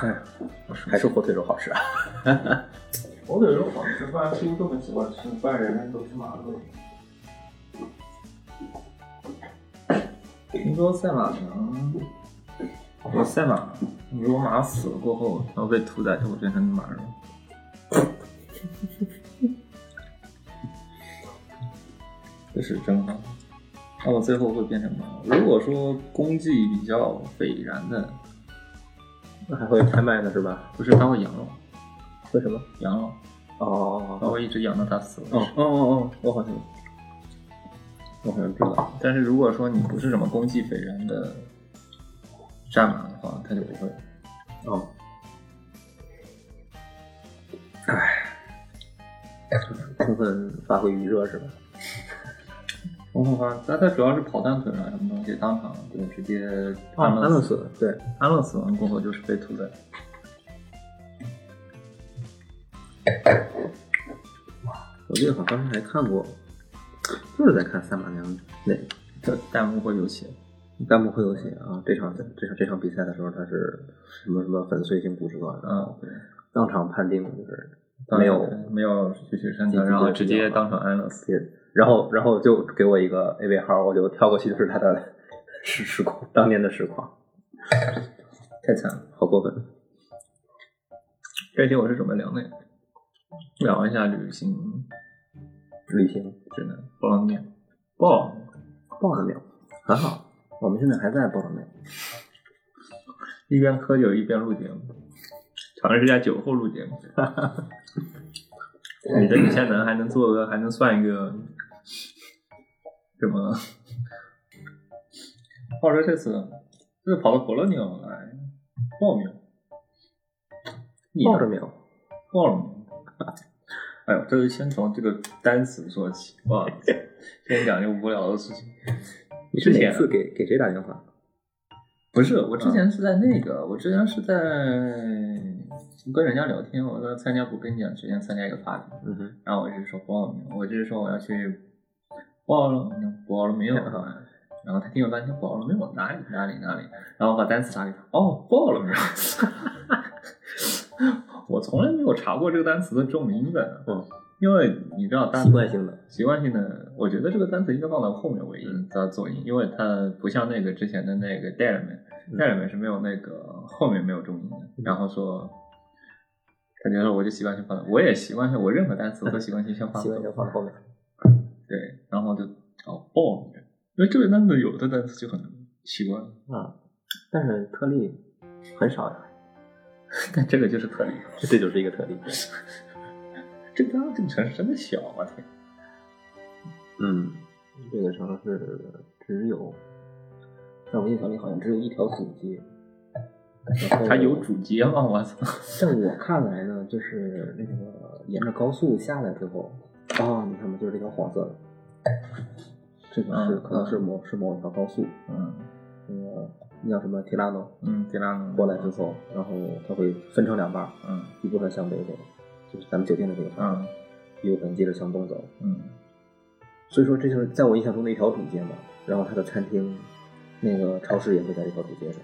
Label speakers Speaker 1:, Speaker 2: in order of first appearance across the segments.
Speaker 1: 哎，还是火腿肉好吃啊。
Speaker 2: 火腿肉好吃，拜听都很喜欢吃，拜人都吃麻的。
Speaker 1: 听说赛马娘，我赛马，如果马死了过后，然后被屠宰，就会变成马肉。 这是真好。那我最后会变成马肉。如果说功绩比较斐然的，
Speaker 3: 那还会拍卖呢是吧？
Speaker 1: 不是他会养肉，
Speaker 3: 为什么？
Speaker 1: 养肉，
Speaker 3: 哦
Speaker 1: 他会一直养到他死为止。
Speaker 3: 哦哦哦，我好像，我好像知道。
Speaker 1: 但是如果说你不是什么功绩斐然的战马的话，他就不会。
Speaker 3: 哦，唉，充分发挥余热是吧？
Speaker 1: 红后花，但它主要是跑断腿啊，什么东西当场就直接
Speaker 3: 安
Speaker 1: 啊安乐
Speaker 3: 乐
Speaker 1: 死。
Speaker 3: 死，对，
Speaker 1: 安乐死完过后就是被屠宰。
Speaker 3: 我记得好像还看过，就是在看《赛马娘》那
Speaker 1: 这弹幕会有写，
Speaker 3: 弹幕会有写啊，这场这场这场比赛的时候，他是什么什么粉碎性骨折，然
Speaker 1: 嗯
Speaker 3: 后，当场判定就是
Speaker 1: 当然
Speaker 3: 没有
Speaker 1: 没有继续删掉，
Speaker 3: 积极
Speaker 1: 然后
Speaker 3: 的
Speaker 1: 直
Speaker 3: 治疗
Speaker 1: 接当场安乐死。
Speaker 3: 也，然后然后就给我一个 A 位号，我就跳过去就是他的实实况，当年的实况，
Speaker 1: 太惨了。
Speaker 3: 好过分。
Speaker 1: 这一题我是准备聊那个，聊一下旅行
Speaker 3: 旅行
Speaker 1: 指南波浪面。报
Speaker 3: 报了没有？很好，我们现在还在报了没有？
Speaker 1: 一边喝酒一边录节目，尝试一下酒后录节目。 你的女才能还能做个，还能算一个什么？ 话说这次这次跑到博洛尼亚来报名，你呢
Speaker 3: 报了没有？
Speaker 1: 报了吗？ 哎呦，这就先从这个单词说起，哇，先讲这无聊的事情。
Speaker 3: 你是
Speaker 1: 之
Speaker 3: 哪
Speaker 1: 前
Speaker 3: 次给给谁打电话？
Speaker 1: 不是，我
Speaker 3: 嗯
Speaker 1: 之前是在那个，我之前是在跟人家聊天，我在参加，我跟你讲，之前参加一个 party，
Speaker 3: 嗯哼，
Speaker 1: 然后我就是说报名，我就是说我要去报了，报了没有？
Speaker 3: 嗯
Speaker 1: 然后他听了半天报了没有？哪里哪里哪里？然后我把单词打给他，哦，报了没有？ 我从来没有查过这个单词的中文音在哪，
Speaker 3: 嗯，
Speaker 1: 因为你知道单
Speaker 3: 习
Speaker 1: 词
Speaker 3: 惯性的，
Speaker 1: 习惯性的，我觉得这个单词应该放到后面尾音加作音，因为它不像那个之前的那个 d e l m a n
Speaker 3: 嗯
Speaker 1: d e l m a n 是没有那个后面没有重音的。然后说，他觉得我就习惯性放，我也习惯性，我任何单词我都习惯性先放
Speaker 3: 习惯性放后面。
Speaker 1: 对，然后就找报名，因为这个单词有的单词就很奇怪，
Speaker 3: 啊，但是特例很少呀，
Speaker 1: 但这个就是特例。
Speaker 3: 这就是一个特例。
Speaker 1: 这个这个城市真的小，我天！
Speaker 3: 嗯，这个城市只有，在我印象里好像只有一条主街。然后
Speaker 1: 它有主街吗？我操！
Speaker 3: 在我看来呢，就是那个沿着高速下来之后，啊，你看吧，就是这条黄色的，这个是、
Speaker 1: 嗯
Speaker 3: 可能是某是某一条高速，
Speaker 1: 嗯
Speaker 3: 那个那叫什么提拉诺
Speaker 1: 嗯，迪拉侬
Speaker 3: 过来之，后，然后它会分成两半儿，
Speaker 1: 嗯
Speaker 3: 一部分向北走，就是咱们酒店的这个方向，
Speaker 1: 嗯
Speaker 3: 一部分接着向东走。
Speaker 1: 嗯
Speaker 3: 所以说，这就是在我印象中的一条主街嘛。然后它的餐厅、那个超市也会在这条主街上。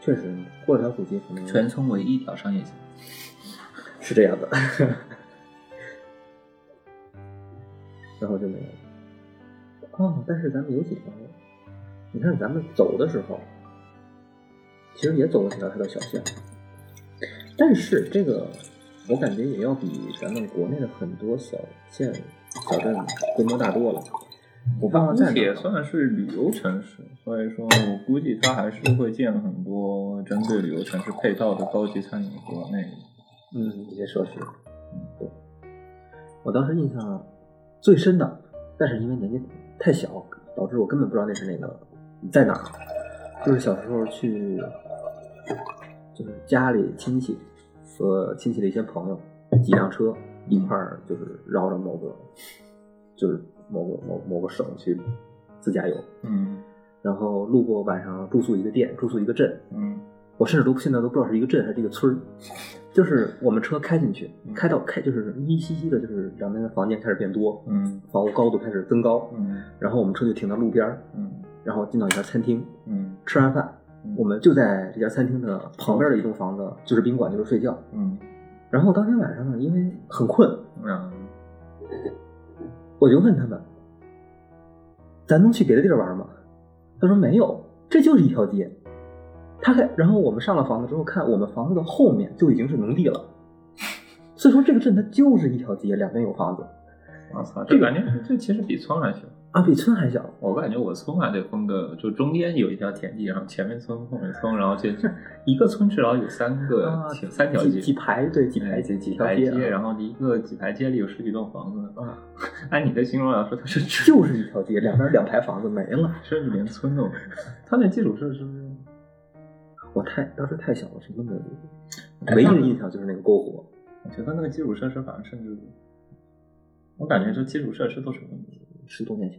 Speaker 3: 确实，过了条主街可能
Speaker 1: 全村唯一一条商业街。
Speaker 3: 是这样的。然后就没有了。哦，但是咱们有几条，你看咱们走的时候，其实也走了几条它的小巷，但是这个我感觉也要比咱们国内的很多小县、小镇规模大多了。我爸爸
Speaker 1: 估
Speaker 3: 在
Speaker 1: 计
Speaker 3: 哪
Speaker 1: 哦也
Speaker 3: 儿？啊
Speaker 1: 算是旅游城市，所以说我估计它还是会建很多针对旅游城市配套的高级餐饮和那个。
Speaker 3: 嗯，一些设施。嗯，对。我当时印象最深的，但是因为年纪太小，导致我根本不知道那是哪个在哪儿。就是小时候去，就是家里亲戚和亲戚的一些朋友，几辆车一块儿就是绕着某个，就是某个某某个省去自驾游，
Speaker 1: 嗯
Speaker 3: 然后路过晚上住宿一个店，住宿一个镇，
Speaker 1: 嗯
Speaker 3: 我甚至都现在都不知道是一个镇还是一个村儿，就是我们车开进去，开到开就是依稀稀的，就是两边的房间开始变多，
Speaker 1: 嗯
Speaker 3: 房屋高度开始增高，
Speaker 1: 嗯
Speaker 3: 然后我们车就停到路边儿，
Speaker 1: 嗯
Speaker 3: 然后进到一家餐厅，
Speaker 1: 嗯
Speaker 3: 吃完饭
Speaker 1: 嗯，
Speaker 3: 我们就在这家餐厅的旁边的一栋房子，就是宾馆，就是睡觉。
Speaker 1: 嗯，
Speaker 3: 然后当天晚上呢，因为很困，
Speaker 1: 然后
Speaker 3: 我就问他们：“咱能去别的地儿玩吗？”他说：“没有，这就是一条街。”他还，然后我们上了房子之后，看我们房子的后面就已经是农地了，所以说这个镇它就是一条街，两边有房子，
Speaker 1: 我啊操，这感觉这其实比村还小。
Speaker 3: 啊，比村还小。
Speaker 1: 我感觉我村啊还得分个，就中间有一条田地，然后前面村，后面村，然后这一个村至少有三个
Speaker 3: 啊，
Speaker 1: 田、三条
Speaker 3: 几
Speaker 1: 街，
Speaker 3: 几排对几
Speaker 1: 哎
Speaker 3: 排
Speaker 1: 几
Speaker 3: 几条
Speaker 1: 排
Speaker 3: 街
Speaker 1: 街，
Speaker 3: 啊
Speaker 1: 然后一个几排街里有十几栋房子。
Speaker 3: 啊，
Speaker 1: 按你的形容来说，它 是只
Speaker 3: 就是一条街，两边两排房子没了。
Speaker 1: 甚至连村都没有。它那基础设施，
Speaker 3: 我太当时太小了，什么都没有。
Speaker 1: 哎
Speaker 3: 唯一的印象就是那个篝火，
Speaker 1: 我觉得那个基础设施反正甚至，我感觉这基础设施都是问题。
Speaker 3: 十多年前，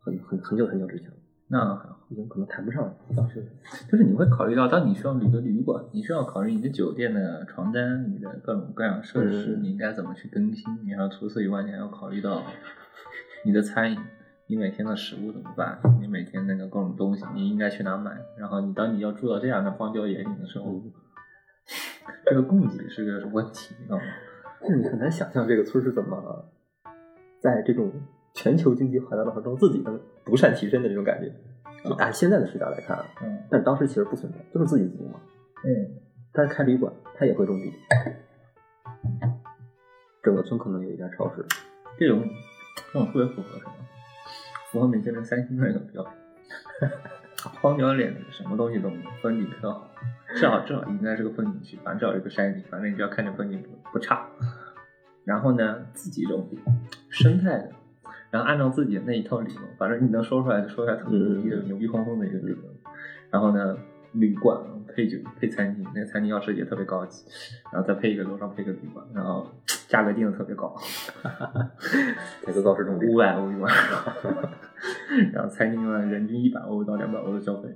Speaker 3: 很很很久很久之前了，
Speaker 1: 那还好，
Speaker 3: 已经可能谈不上了。当时
Speaker 1: 就是你会考虑到，当你需要旅个旅馆，你需要考虑你的酒店的床单、你的各种各样设施，
Speaker 3: 嗯
Speaker 1: 你应该怎么去更新。你还要除此以外，你还要考虑到你的餐饮，你每天的食物怎么办，你每天那个各种东西，你应该去哪买。然后你当你要住到这样的荒郊野岭的时候，
Speaker 3: 嗯
Speaker 1: 这个供给是个问题，你知道吗？
Speaker 3: 但是你很难想象这个村是怎么在这种全球经济环境当中自己能独善其身的这种感觉。就按现在的视角来看啊，
Speaker 1: 嗯
Speaker 3: 但是当时其实不存在，都是自给自足嘛。
Speaker 1: 嗯，
Speaker 3: 但是开旅馆，他也会种地。整个村可能有一家超市，
Speaker 1: 这种这种特别符合什么？符合米其林三星的那个标准。 荒郊野岭什么东西都没有，风景特好，至少至少应该是个风景区，反正至少是个山里，反正你只要看着风景不不差。然后呢，自己种地，生态的，然后按照自己的那一套理论，反正你能说出来就说出来特别牛逼的、牛逼哄哄的一个理论。然后呢，旅馆配酒配餐厅，那餐厅要是也特别高级，然后再配一个楼上配一个旅馆，然后价格定的特别高。
Speaker 3: 这个告示种地。
Speaker 1: 五百欧元， 然后餐厅呢人均一百欧到两百欧的消费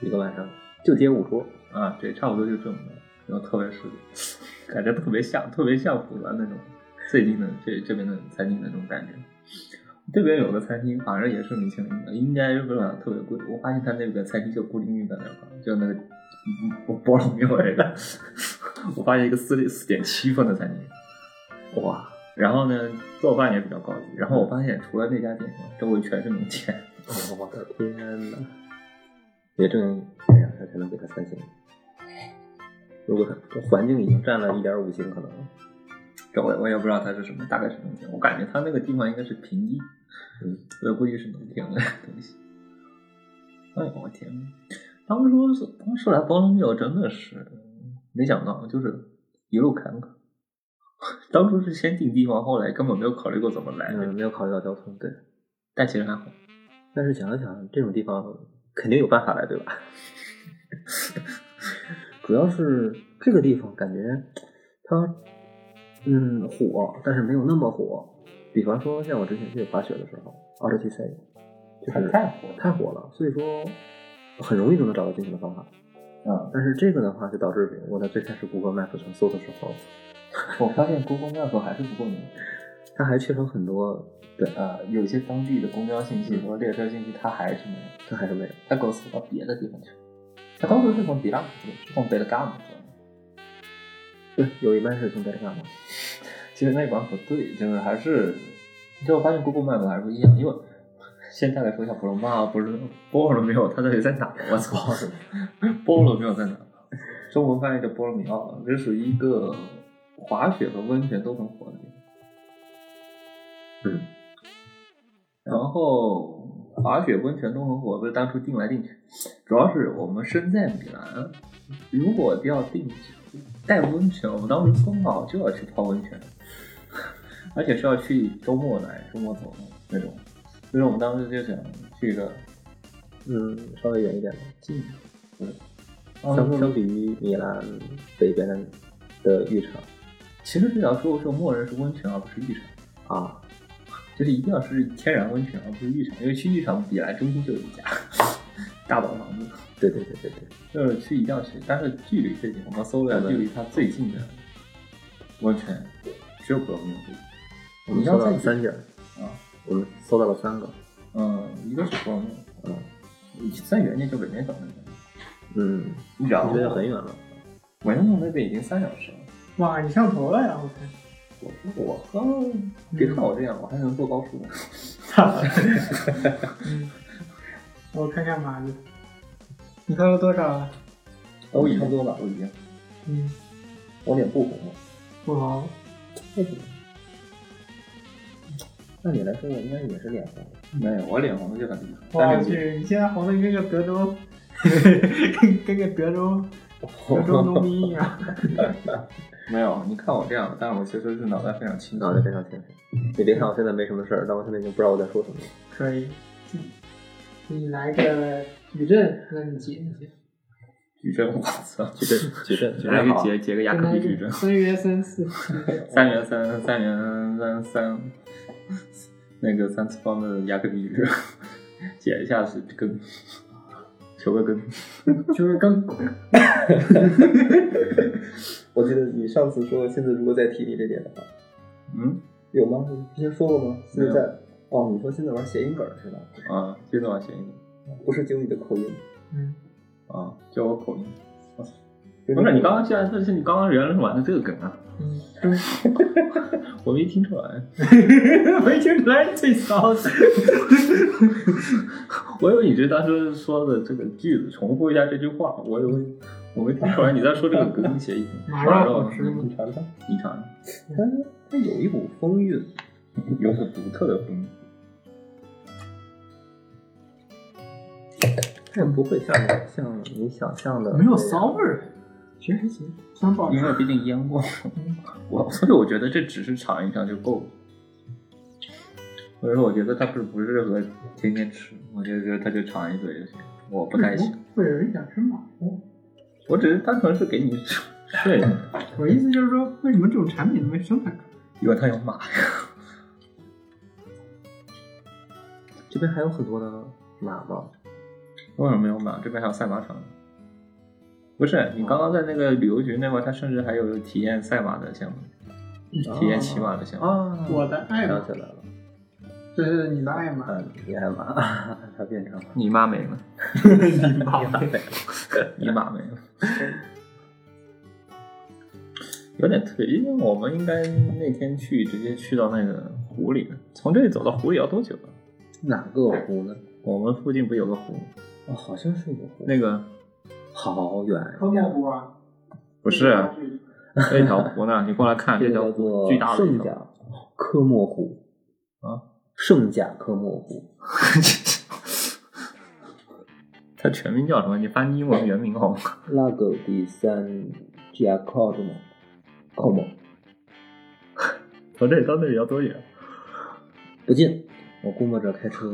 Speaker 3: 一个晚上就接五桌，
Speaker 1: 啊，对，差不多就这么的，然后特别是，感觉特别像，特别像浦南那种最近的这这边的餐厅的那种感觉。这边有个餐厅，反正也是米其林的，应该不是特别贵。我发现他那边餐厅就孤零零的那块儿，就那个嗯菠菠萝没有那个， 我发现一个四四点七分的餐厅，
Speaker 3: 哇，
Speaker 1: 然后呢做饭也比较高级。然后我发现除了那家店以外，周围全是农田。
Speaker 3: 哦我的天哪！也正
Speaker 1: 哎
Speaker 3: 这样，他才能给他三星。如果他这环境已经占了一点五星，可能
Speaker 1: 这我也我也不知道它是什么，大概是农田。我感觉它那个地方应该是平地，
Speaker 3: 嗯，
Speaker 1: 所以估计是农田的东西。哎呦我天！当初是当初来包龙庙真的是没想到，就是一路坎坷。当初是先定地方，后来根本没有考虑过怎么来的，
Speaker 3: 嗯没有考虑到交通，对。
Speaker 1: 但其实还好。
Speaker 3: 但是想了想，这种地方肯定有办法来，对吧？ 主要是这个地方感觉它嗯火，但是没有那么火。比方说，像我之前去滑雪的时候，奥特奇赛就是
Speaker 1: 火
Speaker 3: 太火了，所以说很容易就能找到进去的方法。
Speaker 1: 啊！
Speaker 3: 但是这个的话，就导致我在最开始 Google Map 上搜的时候，
Speaker 1: 我发现 Google Map 还是不够明确。
Speaker 3: 它还缺少很多，对，
Speaker 1: 呃，有些当地的公交信
Speaker 3: 嗯
Speaker 1: 息和列车信息，它还是没有。
Speaker 3: 它还是没有。
Speaker 1: 他给我送到别的地方去。他当时是从比拉姆去，从贝勒嘎姆去的。
Speaker 3: 对，有一半是从这干嘛？
Speaker 1: 其实那版不对，就是还是，就我发现 Google Map 还是不一样，因为先大概说一下普罗马不是波罗没有，它到底在哪？我操， 波罗没有在哪？中文翻译叫波罗米奥，啊这属于一个滑雪和温泉都很火的地方。
Speaker 3: 嗯，
Speaker 1: 然后滑雪、温泉都很火，不是当初定来定去，主要是我们身在米兰，如果要定带温泉，我们当时说好就要去泡温泉， 而且是要去周末来，周末走那种，所以我们当时就想去一个
Speaker 3: 嗯，稍微远一点的。
Speaker 1: 近，不是，当
Speaker 3: 相
Speaker 1: 时
Speaker 3: 相比于米兰北边的浴场
Speaker 1: 其实这条说就默认是温泉而不是浴场，
Speaker 3: 啊，
Speaker 1: 就是一定要是天然温泉而不是浴场，因为去浴场比来中心就有一家 大澡堂子。
Speaker 3: 对对对对对，
Speaker 1: 就是去一定要去，但是距离这点，我们搜了一下距离它最近的温泉，只有普罗米欧。
Speaker 3: 我们
Speaker 1: 你要
Speaker 3: 搜到
Speaker 1: 再
Speaker 3: 了
Speaker 1: 去
Speaker 3: 三家，
Speaker 1: 啊，
Speaker 3: 我们搜到了三个，
Speaker 1: 嗯，一个是普罗米
Speaker 3: 嗯，
Speaker 1: 欧，再远点就北面小那个，
Speaker 3: 嗯，
Speaker 1: 然
Speaker 3: 我
Speaker 1: 后
Speaker 3: 觉得很远了。
Speaker 1: 晚上到那边已经三小时了。
Speaker 4: 哇，你上头了呀！我天，
Speaker 1: 我说我喝， 别看我这样，我还能坐高速呢。
Speaker 4: 操！嗯，我看看码子，你喝了多少啊？
Speaker 1: 哦我已经多吧，我已经，
Speaker 4: 嗯，
Speaker 1: 我脸不红了。
Speaker 4: 不红，
Speaker 3: 按理来说，我应该也是脸红。
Speaker 1: 没有，我脸红的就很厉害。
Speaker 4: 哇
Speaker 1: 但是
Speaker 4: 去！你现在红的跟个德州，跟跟个德州德州农民一样。
Speaker 1: 没有，你看我这样，但是我其实是脑袋非常清
Speaker 3: 脑
Speaker 1: 楚
Speaker 3: 袋。非常清楚。你别看我现在没什么事儿，但我现在已经不知道我在说什么了。
Speaker 4: 可以，你来个矩阵，那你解一解。
Speaker 1: 矩阵，我操！
Speaker 3: 矩阵，矩阵，矩
Speaker 1: 来
Speaker 3: 阵
Speaker 1: 个
Speaker 3: 好。
Speaker 1: 结结个
Speaker 4: 再
Speaker 1: 亚克
Speaker 4: 来
Speaker 1: 力
Speaker 4: 一
Speaker 1: 矩
Speaker 4: 个
Speaker 1: 阵，
Speaker 4: 三元三四，
Speaker 1: 三元三三元三三，那个三次方的亚克力矩阵，解一下是根，求个根。
Speaker 4: 就是刚
Speaker 3: 我记得你上次说，现在如果再提你这点的话，
Speaker 1: 嗯
Speaker 3: 有吗？你之前说过吗？现在在哦，你说现在玩谐音梗儿是吧？
Speaker 1: 啊，接着往前一点
Speaker 3: 不是经你的口音。
Speaker 4: 嗯，
Speaker 1: 啊，教我口音。啊
Speaker 3: 不
Speaker 1: 不是你刚刚竟然，但是你刚刚原来是玩的这个梗啊，
Speaker 4: 嗯，
Speaker 1: 我没听出 来，
Speaker 4: 没听出来最骚的。
Speaker 1: 我以为你是当时说的这个句子重复一下这句话，我以为我没听出来你在说这个梗谐 音。
Speaker 4: 马上好吃吗
Speaker 1: 你
Speaker 3: 你尝尝，
Speaker 1: 你尝，
Speaker 3: 它 它有一股风韵。
Speaker 1: 有很独特的风。
Speaker 3: 它也不会像像你想象的
Speaker 4: 没
Speaker 3: 那
Speaker 4: 有
Speaker 3: 样
Speaker 4: 骚味儿，其实还行，酸爆
Speaker 1: 因为毕竟腌过，我所以我觉得这只是尝一尝就够了。所以说，我觉得它不是不适合天天吃，我就觉得它就尝一嘴就行。我不太行，
Speaker 4: 会有人想吃马货。
Speaker 1: 我只是单纯是给你吃睡的，
Speaker 4: 我意思就是说，为什么这种产品会生产出来？
Speaker 1: 因为它有马呀。
Speaker 3: 这边还有很多的马吗？
Speaker 1: 为什么没有马？这边还有赛马场呢。不是，你刚刚在那个旅游局那块，它甚至还有体验赛马的项目，体验骑马的项目。
Speaker 3: 啊！
Speaker 4: 我的爱
Speaker 3: 想
Speaker 4: 马，
Speaker 3: 起来哦了，
Speaker 4: 这是你的爱马，
Speaker 3: 嗯，你爱马， 它变成
Speaker 1: 你妈没了，
Speaker 4: 你妈的，
Speaker 1: 你妈没了，有点特别，因为我们应该那天去直接去到那个湖里，从这里走到湖里要多久啊？
Speaker 3: 哪个湖呢？
Speaker 1: 我们附近不有个湖？
Speaker 3: 哦，好像是有湖，
Speaker 1: 那个
Speaker 3: 好远呀！
Speaker 4: 科目湖啊，
Speaker 1: 不是那条湖呢？你过来看，
Speaker 3: 这
Speaker 1: 这
Speaker 3: 个
Speaker 1: 条
Speaker 3: 叫
Speaker 1: 湖
Speaker 3: 做
Speaker 1: 巨大的一
Speaker 3: 圣
Speaker 1: 条，
Speaker 3: 甲科莫湖
Speaker 1: 啊，
Speaker 3: 圣甲科莫湖，
Speaker 1: 它全名叫什么？你翻译英文原名好吗？
Speaker 3: 拉狗第三 g i a c o m o c o m o
Speaker 1: 从这里到那里要多远？
Speaker 3: 不近，我估摸着开车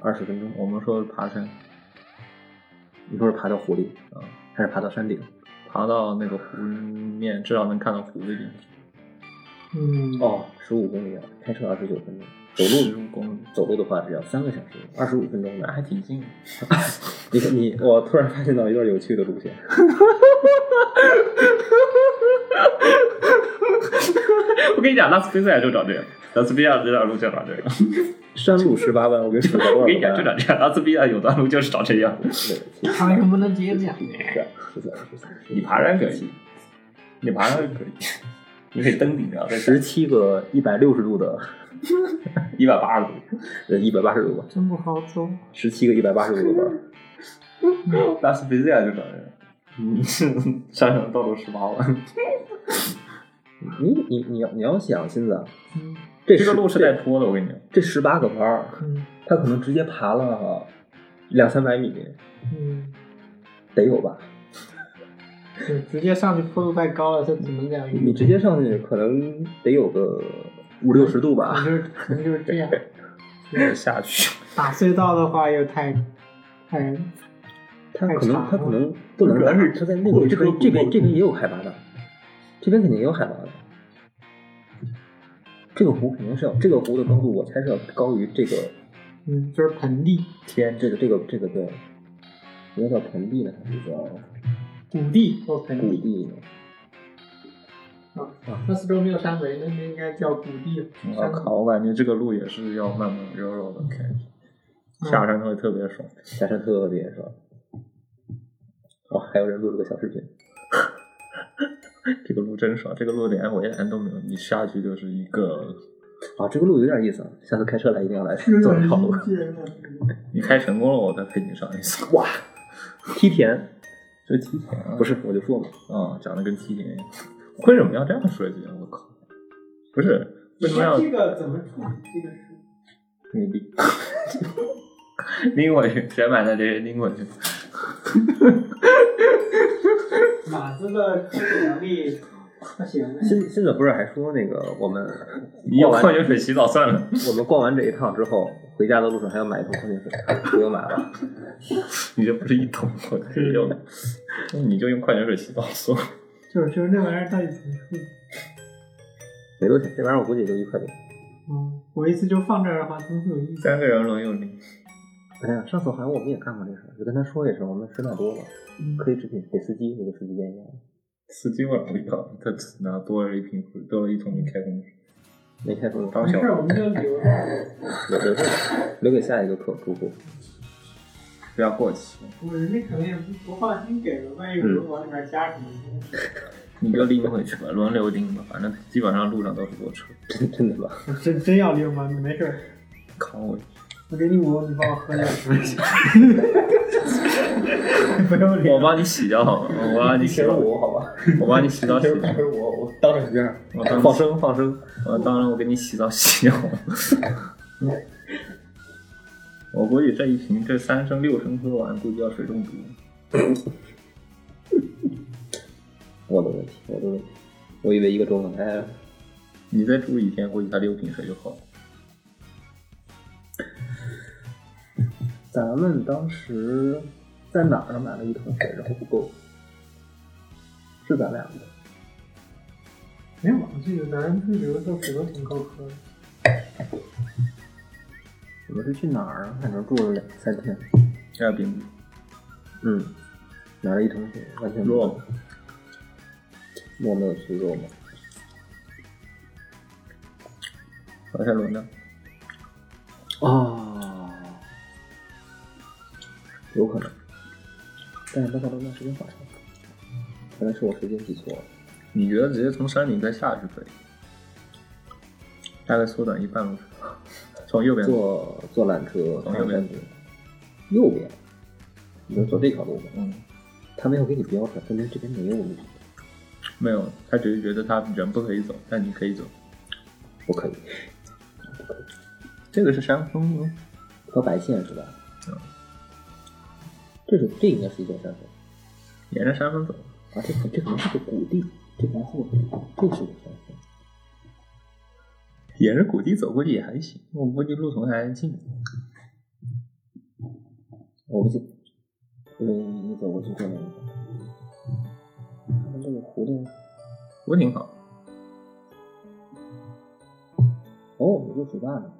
Speaker 3: 二十分钟。
Speaker 1: 我们说爬山，
Speaker 3: 你说是爬到湖里
Speaker 1: 啊，
Speaker 3: 还是爬到山顶？
Speaker 1: 爬到那个湖面，至少能看到湖的地方，
Speaker 4: 嗯，
Speaker 3: 哦，十五公里啊，开车二十九分钟，走
Speaker 1: 十
Speaker 3: 路
Speaker 1: 五公里，
Speaker 3: 走路的话只要三个小时，二十五分钟
Speaker 1: 那
Speaker 3: 呢。
Speaker 1: 还挺近。
Speaker 3: 你你，我突然发现到一段有趣的路线，
Speaker 1: 我跟你讲，拉斯维加斯就长这样，拉斯维加斯这条路就长这样。
Speaker 3: 山路十八弯，我跟你说多少
Speaker 1: 我
Speaker 3: 弯？
Speaker 1: 跟你讲，就长这样，拉斯维加斯有段路就是长这样。
Speaker 3: 对，
Speaker 4: 他为什么不能直接讲呢？
Speaker 3: 十三十三，
Speaker 1: 你爬山可以，你爬山可以， 你可以登顶啊，在
Speaker 3: 十七个一百六十度的，
Speaker 1: 一百八十度。
Speaker 3: 呃，一百八十度吧，
Speaker 4: 真不好走，
Speaker 3: 十七个一百八十度的弯。
Speaker 1: 拉斯维加斯就长这样。嗯，山上道路十八弯，
Speaker 3: 你你你要你要想，现在
Speaker 4: 嗯
Speaker 3: 这
Speaker 1: 这个
Speaker 3: 十
Speaker 1: 路是带坡的，我跟你讲。
Speaker 3: 这十八个弯儿，
Speaker 4: 嗯
Speaker 3: 他可能直接爬了两三百米，
Speaker 4: 嗯，
Speaker 3: 得有吧？
Speaker 4: 对，直接上去坡度太高了，这只能两
Speaker 3: 你
Speaker 4: 米，
Speaker 3: 直接上去可能得有个五六十度吧
Speaker 4: 可能。就是可能就是这样。
Speaker 1: 下去，
Speaker 4: 打隧道的话又太太
Speaker 3: 他
Speaker 4: 太
Speaker 3: 可能
Speaker 4: 长
Speaker 3: 他
Speaker 4: 了
Speaker 3: 可能不能
Speaker 1: 主要
Speaker 3: 打
Speaker 1: 是，
Speaker 3: 他在那个这边这边这边也有海拔的，这边肯定也有海拔的。这个湖肯定是要，这个湖的高度我猜是要高于这个
Speaker 4: 嗯，就是盆地、
Speaker 3: 天，这个这个这个对，应该叫盆地呢，还是叫
Speaker 4: 谷地或盆
Speaker 3: 谷
Speaker 4: 地。
Speaker 3: 地呢？
Speaker 4: 那四周没有山围，那就应该叫谷地。
Speaker 1: 我靠！我感觉这个路也是要慢慢柔柔的嗯开，下山会特别爽。
Speaker 3: 下山特别爽。哦，还有人录了个小视频，
Speaker 1: 这个路真爽，这个路连围栏都没有，你下去就是一个，
Speaker 3: 啊，这个路有点意思，啊，下次开车来一定要来
Speaker 4: 有
Speaker 3: 走
Speaker 4: 点
Speaker 3: 这条路
Speaker 4: 理。解了。
Speaker 1: 你开成功了，我再陪你上一次。
Speaker 3: 哇，梯田
Speaker 1: 这梯田啊，
Speaker 3: 不是，我就说嘛，
Speaker 1: 啊、长得跟梯田一样，为什么要这样设计啊？我靠，不是为什么要
Speaker 4: 这个怎么处理这个事？
Speaker 1: 你拎拎过去，谁买的直接拎过去。
Speaker 4: 马子的科学能力不行，
Speaker 3: 新新总不是还说那个我们
Speaker 1: 你有
Speaker 3: 逛完
Speaker 1: 矿泉水洗澡算了，
Speaker 3: 我们逛完这一趟之后，回家的路上还要买一桶矿泉水，不用买了。
Speaker 1: 你这不是一桶，我可 以用，那你就用矿泉水洗澡算了。
Speaker 4: 就是就是那玩意儿到底怎么处理？
Speaker 3: 没多少钱，这玩意儿我估计也就一块多。
Speaker 4: 嗯，我意思就放这儿的话，他们会有意见。
Speaker 1: 三个人轮流拎，
Speaker 3: 哎呀，上次好像我们也干过这事儿，就跟他说一声，我们吃太多了，
Speaker 4: 嗯
Speaker 3: 可以只给给司机，那个司机啊愿意要。
Speaker 1: 司机问我要，他拿多了一瓶水，多了一桶开封水，
Speaker 3: 没开除，
Speaker 1: 当
Speaker 4: 没
Speaker 1: 小
Speaker 4: 事， 我们就留着。
Speaker 3: 留留着留给下一个客住户。
Speaker 1: 不要过期，
Speaker 4: 我人家可能也不不放心给了，万一有人往里面加什么东西。
Speaker 1: 你就拎回去吧，轮流拎吧，反正基本上路上都是坐车，
Speaker 3: 真真的 吗？
Speaker 4: 我 真真要溜吗？你没事儿，
Speaker 1: 扛 我。
Speaker 4: 我给你五，你帮我喝点水。不用
Speaker 1: 我
Speaker 4: 脸，
Speaker 1: 帮你洗掉好吗？我帮你洗 澡，
Speaker 3: 五好吧，
Speaker 1: 我帮你洗 澡洗
Speaker 3: 瓶，瓶五，我当着你面儿
Speaker 1: 我当
Speaker 3: 放生放生。
Speaker 1: 我当然我给你洗澡洗掉。 我估计这一瓶这三升六升喝完，估计要水中毒。
Speaker 3: 我的问题，我的问题，我以为一个中文，哎，
Speaker 1: 你再住一天，估计他六瓶水就好了。
Speaker 3: 咱们当时在哪儿买了一桶水，然后不够，是咱俩吗？
Speaker 4: 没有，我记得咱们出去旅游的时候水都挺够喝的。
Speaker 3: 我们是去哪儿啊？反正住了两三天。
Speaker 1: 第二瓶
Speaker 3: 嗯，买了一桶水，完全不够。
Speaker 1: 弱，
Speaker 3: 我没有吃肉吗？
Speaker 1: 滑下轮呢？
Speaker 3: 啊，有可能。但是没想到那时间晚上，可能是我时间记错了。
Speaker 1: 你觉得直接从山顶再下去可以？大概缩短一半路程，从右边走。
Speaker 3: 坐坐缆车
Speaker 1: 从
Speaker 3: 上
Speaker 1: 右边
Speaker 3: 山顶，右边，你就走这条路吧。
Speaker 1: 嗯，
Speaker 3: 他没有给你标出来，说明这边没有路。
Speaker 1: 没有，他只是觉得他人不可以走，但你可以走。
Speaker 3: 我可以，
Speaker 1: 这个是山峰吗？
Speaker 3: 和白线是吧？
Speaker 1: 嗯
Speaker 3: 这是这应该是一座山峰。
Speaker 1: 沿着山峰走，
Speaker 3: 啊，这可这可能是个谷地，这可能是个谷地，这是个山峰。
Speaker 1: 沿着谷地走，估计也还行。我估计路程还近。
Speaker 3: 我不信，嗯，你走过去这边一个，他们这个湖的，
Speaker 1: 我挺好。
Speaker 3: 哦，有个水坝呢。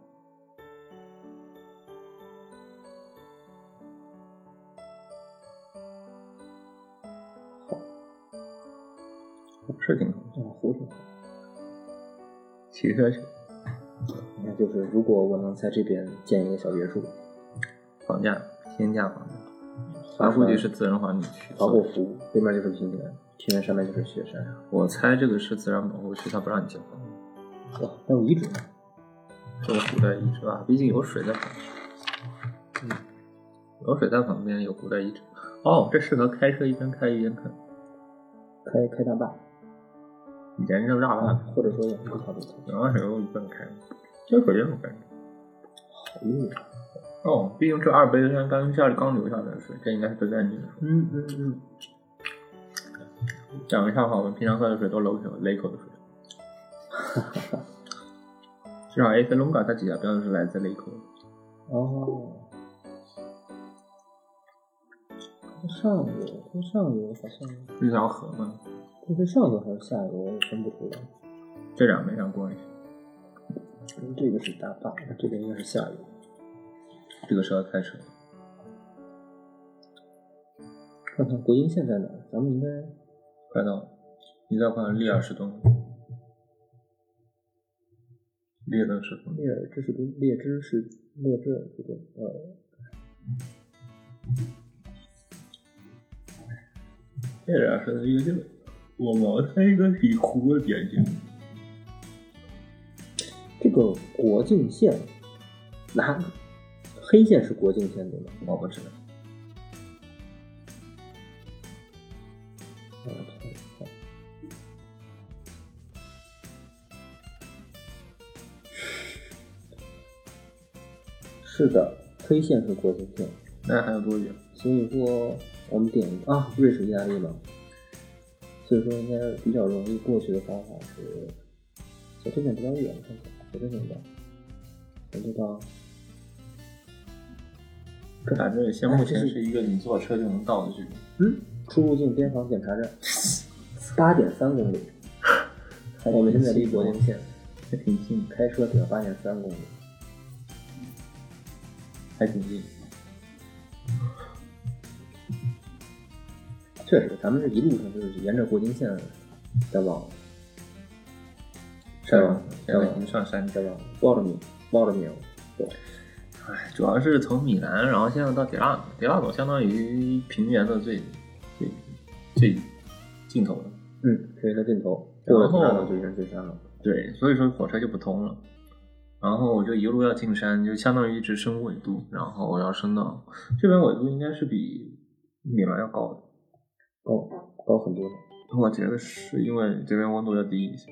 Speaker 1: 是挺好，
Speaker 3: 这湖挺好。
Speaker 1: 骑车去
Speaker 3: 那就是如果我能在这边建一个小别墅，
Speaker 1: 房价天价房价，
Speaker 3: 划
Speaker 1: 他估计
Speaker 3: 船
Speaker 1: 是自然环保区，
Speaker 3: 划过湖，对面就是平原，平原上面就是雪山。
Speaker 1: 我猜这个是自然保护区，他不让你进房，
Speaker 3: 哇，哦还有遗址呢。
Speaker 1: 这个古代遗址吧，毕竟有水在旁边，嗯，有水在旁边有古代遗址，哦，这适合开车一边开一边看，
Speaker 3: 开开大坝，
Speaker 1: 以前叫大坝，
Speaker 3: 或者说也是个小路口，
Speaker 1: 两岸水路一边开，这可真有感觉。
Speaker 3: 好厉害！
Speaker 1: 哦，毕竟这二杯山刚下刚流下来的水，这应该是最干净的水。
Speaker 3: 嗯嗯嗯，
Speaker 1: 讲一下吧，我们平常喝的水都是雷口的水。至少 AC Longa 它底下标的是来自雷口的。
Speaker 3: 哦。上游，跟上游好像，
Speaker 1: 一条河嘛，
Speaker 3: 这是上游还是下游，我也分不出来。
Speaker 1: 这俩没啥关系。
Speaker 3: 嗯这个是大坝，这个应该是下游。
Speaker 1: 这个是要开车，
Speaker 3: 看看国境线在哪儿，咱们应该
Speaker 1: 快到了，你再看利尔士东，列顿士东，
Speaker 3: 列尔支士敦，列支是列支尔士敦，呃，
Speaker 1: 这俩是一个就是我毛，它一个以湖为边界，
Speaker 3: 这个国境线，哪黑线是国境线对吗？
Speaker 1: 我不知道。
Speaker 3: 啊是的，黑线是国境线，
Speaker 1: 那还有多远？
Speaker 3: 所以说我们点一个啊，瑞士、意大利嘛，所以说应该比较容易过去的方法是，小这边比较远，看看小这边吧，能知道
Speaker 1: 反正现目前是一个你坐车就能到的距离。
Speaker 3: 出入境边防检查站，八点三公里， 我们现在离国境线
Speaker 1: 还挺近，
Speaker 3: 开车得要八点三公里。
Speaker 1: 还挺近。
Speaker 3: 确实，咱们这一路上就是沿着国境线在往，在往，在
Speaker 1: 现在已
Speaker 3: 往
Speaker 1: 经，上山
Speaker 3: 在往，报着米，报着米，哦
Speaker 1: 哎，主要是从米兰，然后现在到迪拉努，迪拉努相当于平原的最最最尽头了。
Speaker 3: 嗯，飞到尽头，
Speaker 1: 然
Speaker 3: 过
Speaker 1: 后
Speaker 3: 了那了就已经是山了。
Speaker 1: 对，所以说火车就不通了。然后我就一路要进山，就相当于一直升纬度，然后我要升到这边纬度应该是比米兰要高的。
Speaker 3: 高高很多了。
Speaker 1: 我觉得是因为这边温度要低一些。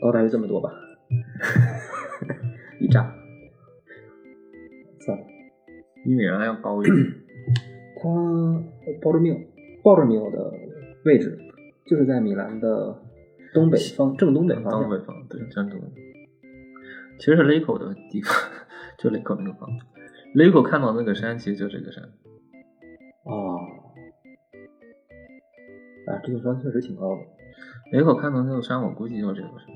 Speaker 3: 高大约这么多吧， 一炸。算了，
Speaker 1: 比米兰要高一 点。
Speaker 3: 它呃鲍尔缪，鲍尔缪的位置就是在米兰的东北方，正东北方向
Speaker 1: 东北方对，山东。其实是 Laco 的地方， 就 Laco 那个方。Laco 看到那个山，其实就这个山。
Speaker 3: 哦。啊，这个山确实挺高的。
Speaker 1: Laco 看到那个山，我估计就这个山。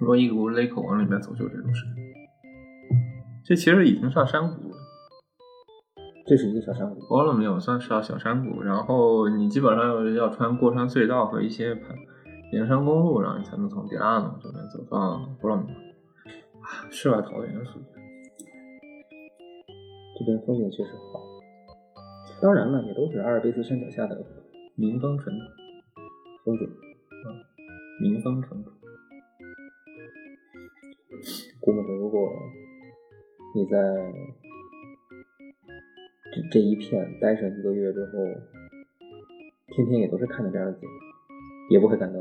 Speaker 1: 如果一股 Laco 往里面走，就这种山。这其实已经上山谷了，
Speaker 3: 这是一个小山谷，
Speaker 1: 包了没有？算是小山谷。然后你基本上要穿过山隧道和一些盘沿山公路，然后你才能从迪拉诺这边走到伯罗米啊，世外桃源属于。
Speaker 3: 这边风景确实好。当然了，也都是阿尔卑斯山脚下的
Speaker 1: 民风淳朴，
Speaker 3: 风景。
Speaker 1: 民风淳朴。
Speaker 3: 估摸着如果你在这这一片待上一个月之后，天天也都是看着这样的景，也不会感到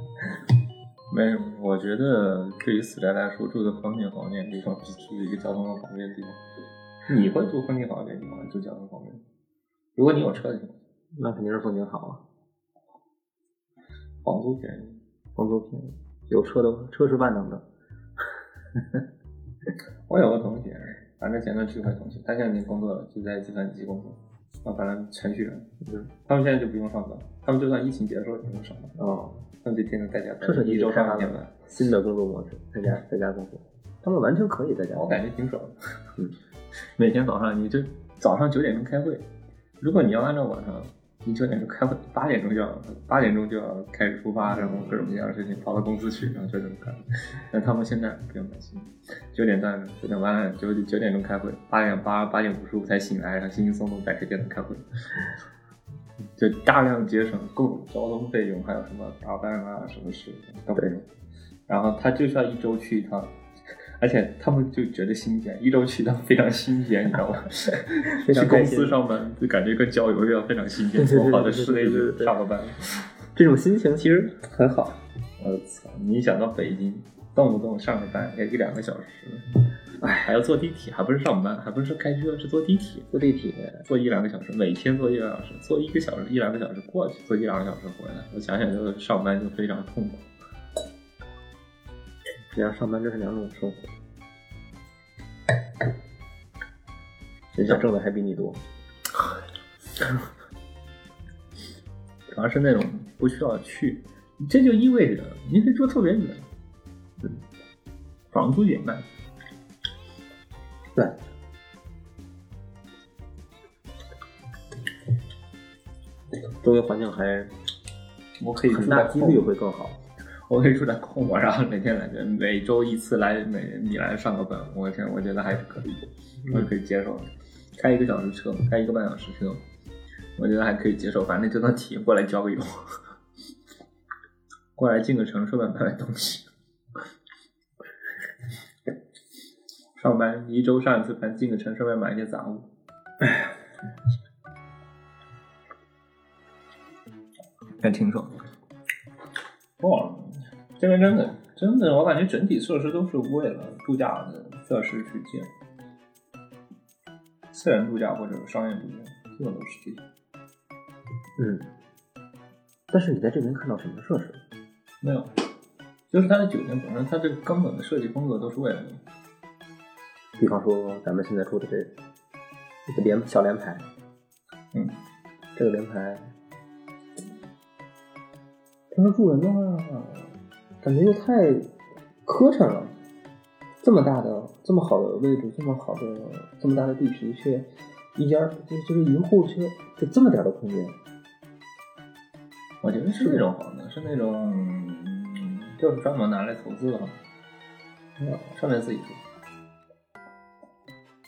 Speaker 1: 没有，我觉得对于死宅来说，住的风景好一点的地方，比住一个交通方便的地方，你会住风景好一点的地方，还是住交通方便的地方？如果你有车的情况下，
Speaker 3: 那肯定是风景好啊，
Speaker 1: 房租便宜。
Speaker 3: 房租便宜，有车的话车是万能的。
Speaker 1: 我有个同学，反正前段聚会同学，他现在已经工作了，就在计算机工作，啊，反正程序员。
Speaker 3: 嗯，
Speaker 1: 他们现在就不用上班，他们就算疫情结束了也不用上班，
Speaker 3: 哦，
Speaker 1: 他们就天天在家待着，
Speaker 3: 彻彻底
Speaker 1: 一
Speaker 3: 底
Speaker 1: 周
Speaker 3: 开
Speaker 1: 上
Speaker 3: 发
Speaker 1: 半天班
Speaker 3: 了。新的工作模式，在家在家工作，他们完全可以在家工
Speaker 1: 我
Speaker 3: 作。
Speaker 1: 感觉挺爽的。
Speaker 3: 嗯，
Speaker 1: 每天早上你就早上九点钟开会，如果你要按照晚上，你九点钟开会，八点钟就要八点钟就要开始出发，然后各种各样的事情跑到公司去，然后九点钟开会。但他们现在不用担心，九点半、九点半、九九点钟开会，八点八八点五十五才醒来，然后轻轻松松带着电脑开会。就大量节省各种交通费用，还有什么打扮啊，什么事都不用。然后他就需要一周去一趟，而且他们就觉得新鲜，一周去一趟非常新鲜，你知道吗？
Speaker 3: 非常
Speaker 1: 去公
Speaker 3: 开心
Speaker 1: 司上班就感觉跟郊游一样，非常新鲜。
Speaker 3: 对对对
Speaker 1: 我跑到
Speaker 3: 对对
Speaker 1: 室内
Speaker 3: 对对
Speaker 1: 去
Speaker 3: 对
Speaker 1: 上个班，
Speaker 3: 这种心情其实很好。
Speaker 1: 我操！你想到北京，动不动上个班也一两个小时，哎，还要坐地铁，还不是上班，还不是开车，是坐地铁。
Speaker 3: 坐地铁，
Speaker 1: 坐一两个小时，每天坐一两个小时，坐一个小时一两个小时过去，坐一两个小时回来，我想想就上班就非常痛苦。
Speaker 3: 这样上班真是两种生活。人家挣的还比你多，
Speaker 1: 主要是那种不需要去，这就意味着你可以住特别远，嗯房租也慢，
Speaker 3: 对，周围环境还
Speaker 1: 我可以
Speaker 3: 很
Speaker 1: 住
Speaker 3: 大
Speaker 1: 在
Speaker 3: 几
Speaker 1: 空
Speaker 3: 率会更好。
Speaker 1: 我可以住在空我，然后每天来这，每周一次来美米兰上个班，我天，我觉得还是可以，我可以接受的。开一个小时车，开一个半小时车，我觉得还可以接受。反正就当体验过来郊个游， 过来进个城，顺便买买东西。上班一周上一次班，进个城，顺便买一些杂物。哎还挺爽。哇，这边真的真的，我感觉整体设施都是为了度假的设施去建，私人度假或者商业度假，这种都是这样。
Speaker 3: 嗯，但是你在这边看到什么设施？
Speaker 1: 没有，就是它的酒店本身，它这个根本的设计风格都是为了你。
Speaker 3: 比方说咱们现在住的这这个联小联排，
Speaker 1: 嗯，
Speaker 3: 这个联排，他说住人的话，感觉又太磕碜了。这么大的、这么好的位置，这么好的、这么大的地皮，却一家就就是一户却就这么点儿的空间，
Speaker 1: 我觉得是那种房子，是那种、嗯就是专门拿来投资的房子，没
Speaker 3: 嗯
Speaker 1: 有上面自己住，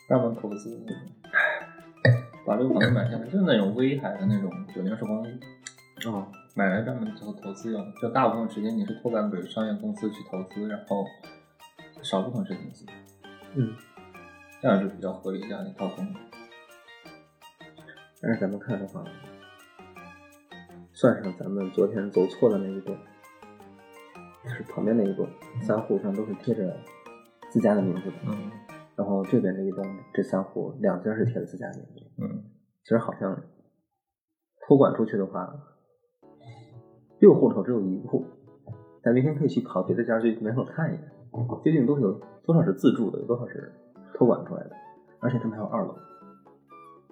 Speaker 1: 专门投资那种，把这个房子买下来，就是那种威海的那种酒店式公寓。
Speaker 3: 哦，
Speaker 1: 买来专门投投资用的，就大部分时间你是托管给商业公司去投资，然后少部分是你自己，
Speaker 3: 嗯，
Speaker 1: 这样是比较合理这样一套风格。
Speaker 3: 但是咱们看的话，算上咱们昨天走错的那一栋，就是旁边那一栋，三户上都是贴着自家的名字的。
Speaker 1: 嗯
Speaker 3: 然后这边这一栋，这三户两家是贴着自家的名字。
Speaker 1: 嗯，
Speaker 3: 其实好像托管出去的话，六户头只有一户。咱明天可以去跑别的家去门口看一眼，究竟都有多少是自住的，有多少是托管出来的。而且他们还有二楼，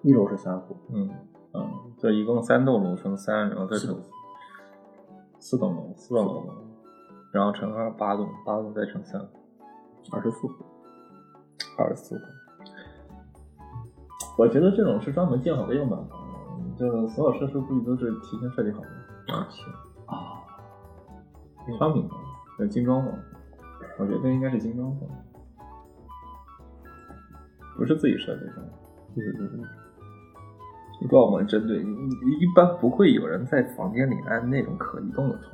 Speaker 3: 一楼是三户，
Speaker 1: 嗯嗯，这一共三栋楼乘三，然后再乘四栋楼，四栋楼，然后乘二八栋，八栋再乘三，
Speaker 3: 二十四户。
Speaker 1: 二十四栋。我觉得这种是专门建好的样板房，嗯就是所有设施估计都是提前设计好的。啊，行。
Speaker 3: 啊，
Speaker 1: 商品房，呃，精装房，我觉得应该是精装房，不是自己设计的。
Speaker 3: 嗯嗯
Speaker 1: 不知道我们针对，一一般不会有人在房间里安那种可移动的床，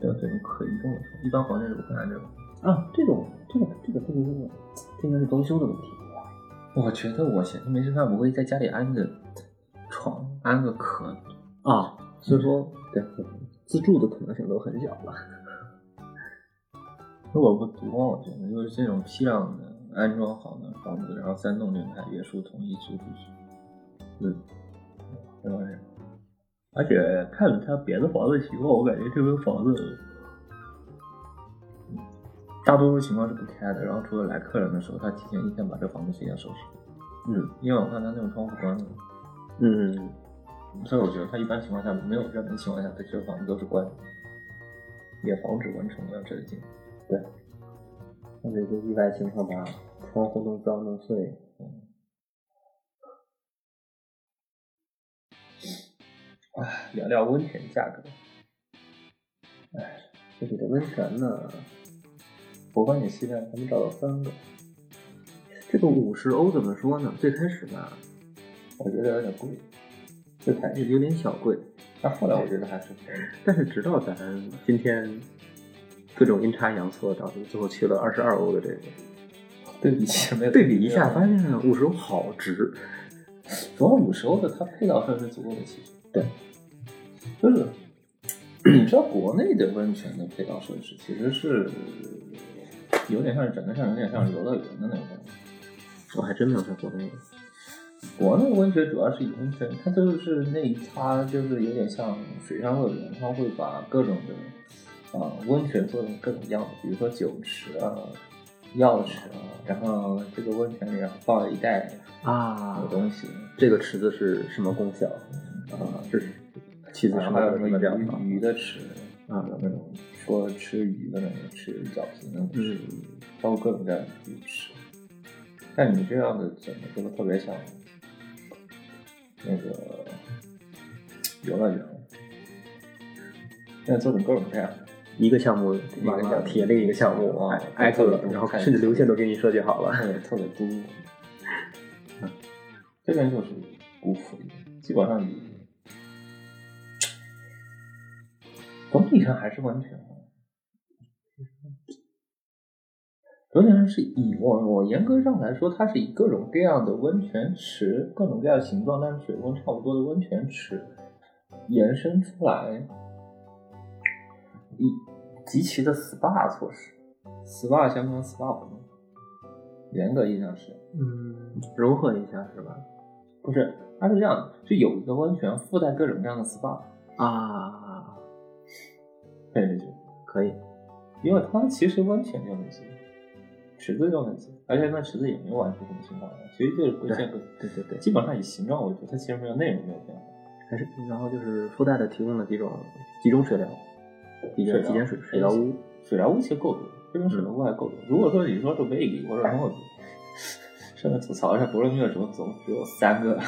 Speaker 1: 对，这种可移动的床，一般房间是不会安这种。
Speaker 3: 嗯啊，这种这个这个这个这个，这应该是装修的问题。
Speaker 1: 我觉得我闲着没事干，不会在家里安个床，安个壳。
Speaker 3: 啊，所以说对自住的可能性都很小了。
Speaker 1: 如果不读啊，我觉得就是这种批量的安装好的房子，然后三栋联排别墅统一租出去。
Speaker 3: 嗯，
Speaker 1: 这帮人。而且看了他别的房子情况，我感觉这边房子大多数情况是不开的。然后除了来客人的时候，他提前一天把这房子提前收拾。
Speaker 3: 嗯，
Speaker 1: 因为我看他那种窗户关着，
Speaker 3: 嗯，
Speaker 1: 所以我觉得他一般情况下没有热门情况下，他这房子都是关的，也防止蚊虫要这进。
Speaker 3: 或者一些意外情况把窗户弄脏弄碎。
Speaker 1: 嗯唉，聊聊温泉价格。
Speaker 3: 这里的温泉呢，
Speaker 1: 我帮你期待，咱们找到三个，
Speaker 3: 这个五十欧怎么说呢？最开始吧，
Speaker 1: 我觉得有点贵，最开始，
Speaker 3: 也有点小贵，
Speaker 1: 但后来我觉得还是可以。
Speaker 3: 但是直到咱今天各种阴差阳错，导致最后去了二十二欧的这个，
Speaker 1: 对比前面
Speaker 3: 对比一下发现五十欧好值。
Speaker 1: 主要五十欧的它配套设施足够的，其实
Speaker 3: 对，
Speaker 1: 就是你知道国内的温泉的配套设施其实是有点像整个像有点像游乐园的那种感觉。
Speaker 3: 我还真没有在国内，
Speaker 1: 国内温泉主要是以温泉，它就是那一它就是有点像水上乐园，它会把各种的啊、温泉做成各种样子，比如说酒池啊、药池啊，然后这个温泉里然后放了一袋
Speaker 3: 啊
Speaker 1: 有东西，
Speaker 3: 这个池子是什么功效？啊，这是其次
Speaker 1: 然
Speaker 3: 是
Speaker 1: 后啊还有什么
Speaker 3: 量
Speaker 1: 鱼鱼的池
Speaker 3: 啊
Speaker 1: 有那种说吃鱼的那种吃鱼饺子那种吃，
Speaker 3: 嗯
Speaker 1: 包括各种各样的鱼吃。但你这样的整的这个特别像那个游乐园，现在做成各种各样的。
Speaker 3: 一个项目
Speaker 1: 个项目
Speaker 3: 提另一个项目
Speaker 1: 啊
Speaker 3: 挨挨个
Speaker 1: 看
Speaker 3: 了，然后甚至流线都给你设计好了。
Speaker 1: 特别特别多。嗯这边就是古朴一点，基本上以总体上还是温泉啊。有点像是以我我严格上来说，它是以各种各样的温泉池、各种各样的形状，但是水温差不多的温泉池延伸出来，一极其的 SPA 措施，SPA 相当于 SPA 活动，严格意义上是。
Speaker 4: 嗯，
Speaker 3: 融合一下是吧？
Speaker 1: 不是，它是这样的，是有一个温泉附带各种各样的 SPA
Speaker 3: 啊，
Speaker 1: 配进去，
Speaker 3: 可以，
Speaker 1: 因为它其实温泉就那些，池子就那些，而且那池子也没有玩出什么新花样，其实就是规限个，
Speaker 3: 对对对，
Speaker 1: 基本上以形状为主，它其实没有内容没有变化。
Speaker 3: 还是然后就是附带的提供了几种几种水疗，几
Speaker 1: 水疗哎
Speaker 3: 间几间水水疗屋，
Speaker 1: 水疗屋其实够多，这边水疗屋还够多。如果说你说是 Vague 或者 m o 顺便吐槽一下，伯乐没有什么总只有三个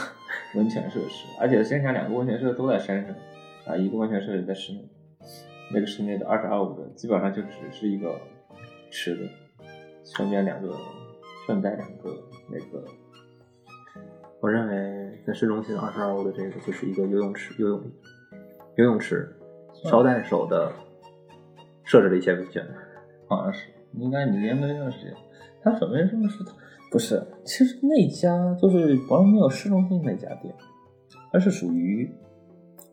Speaker 1: 温泉设施，而且剩下两个温泉设施都在山上，啊，一个温泉设施在室内，那个室内的二十二五的基本上就只是一个池子，顺便两个顺带两个那个
Speaker 3: 我认为在市中心二十二楼的这个就是一个游泳池，游泳游泳池，捎带手的设置了一些温泉。
Speaker 1: 好像是，应该你连没认识。他首先说的是，不是，其实那家就是保罗没有市中心那家店，它是属于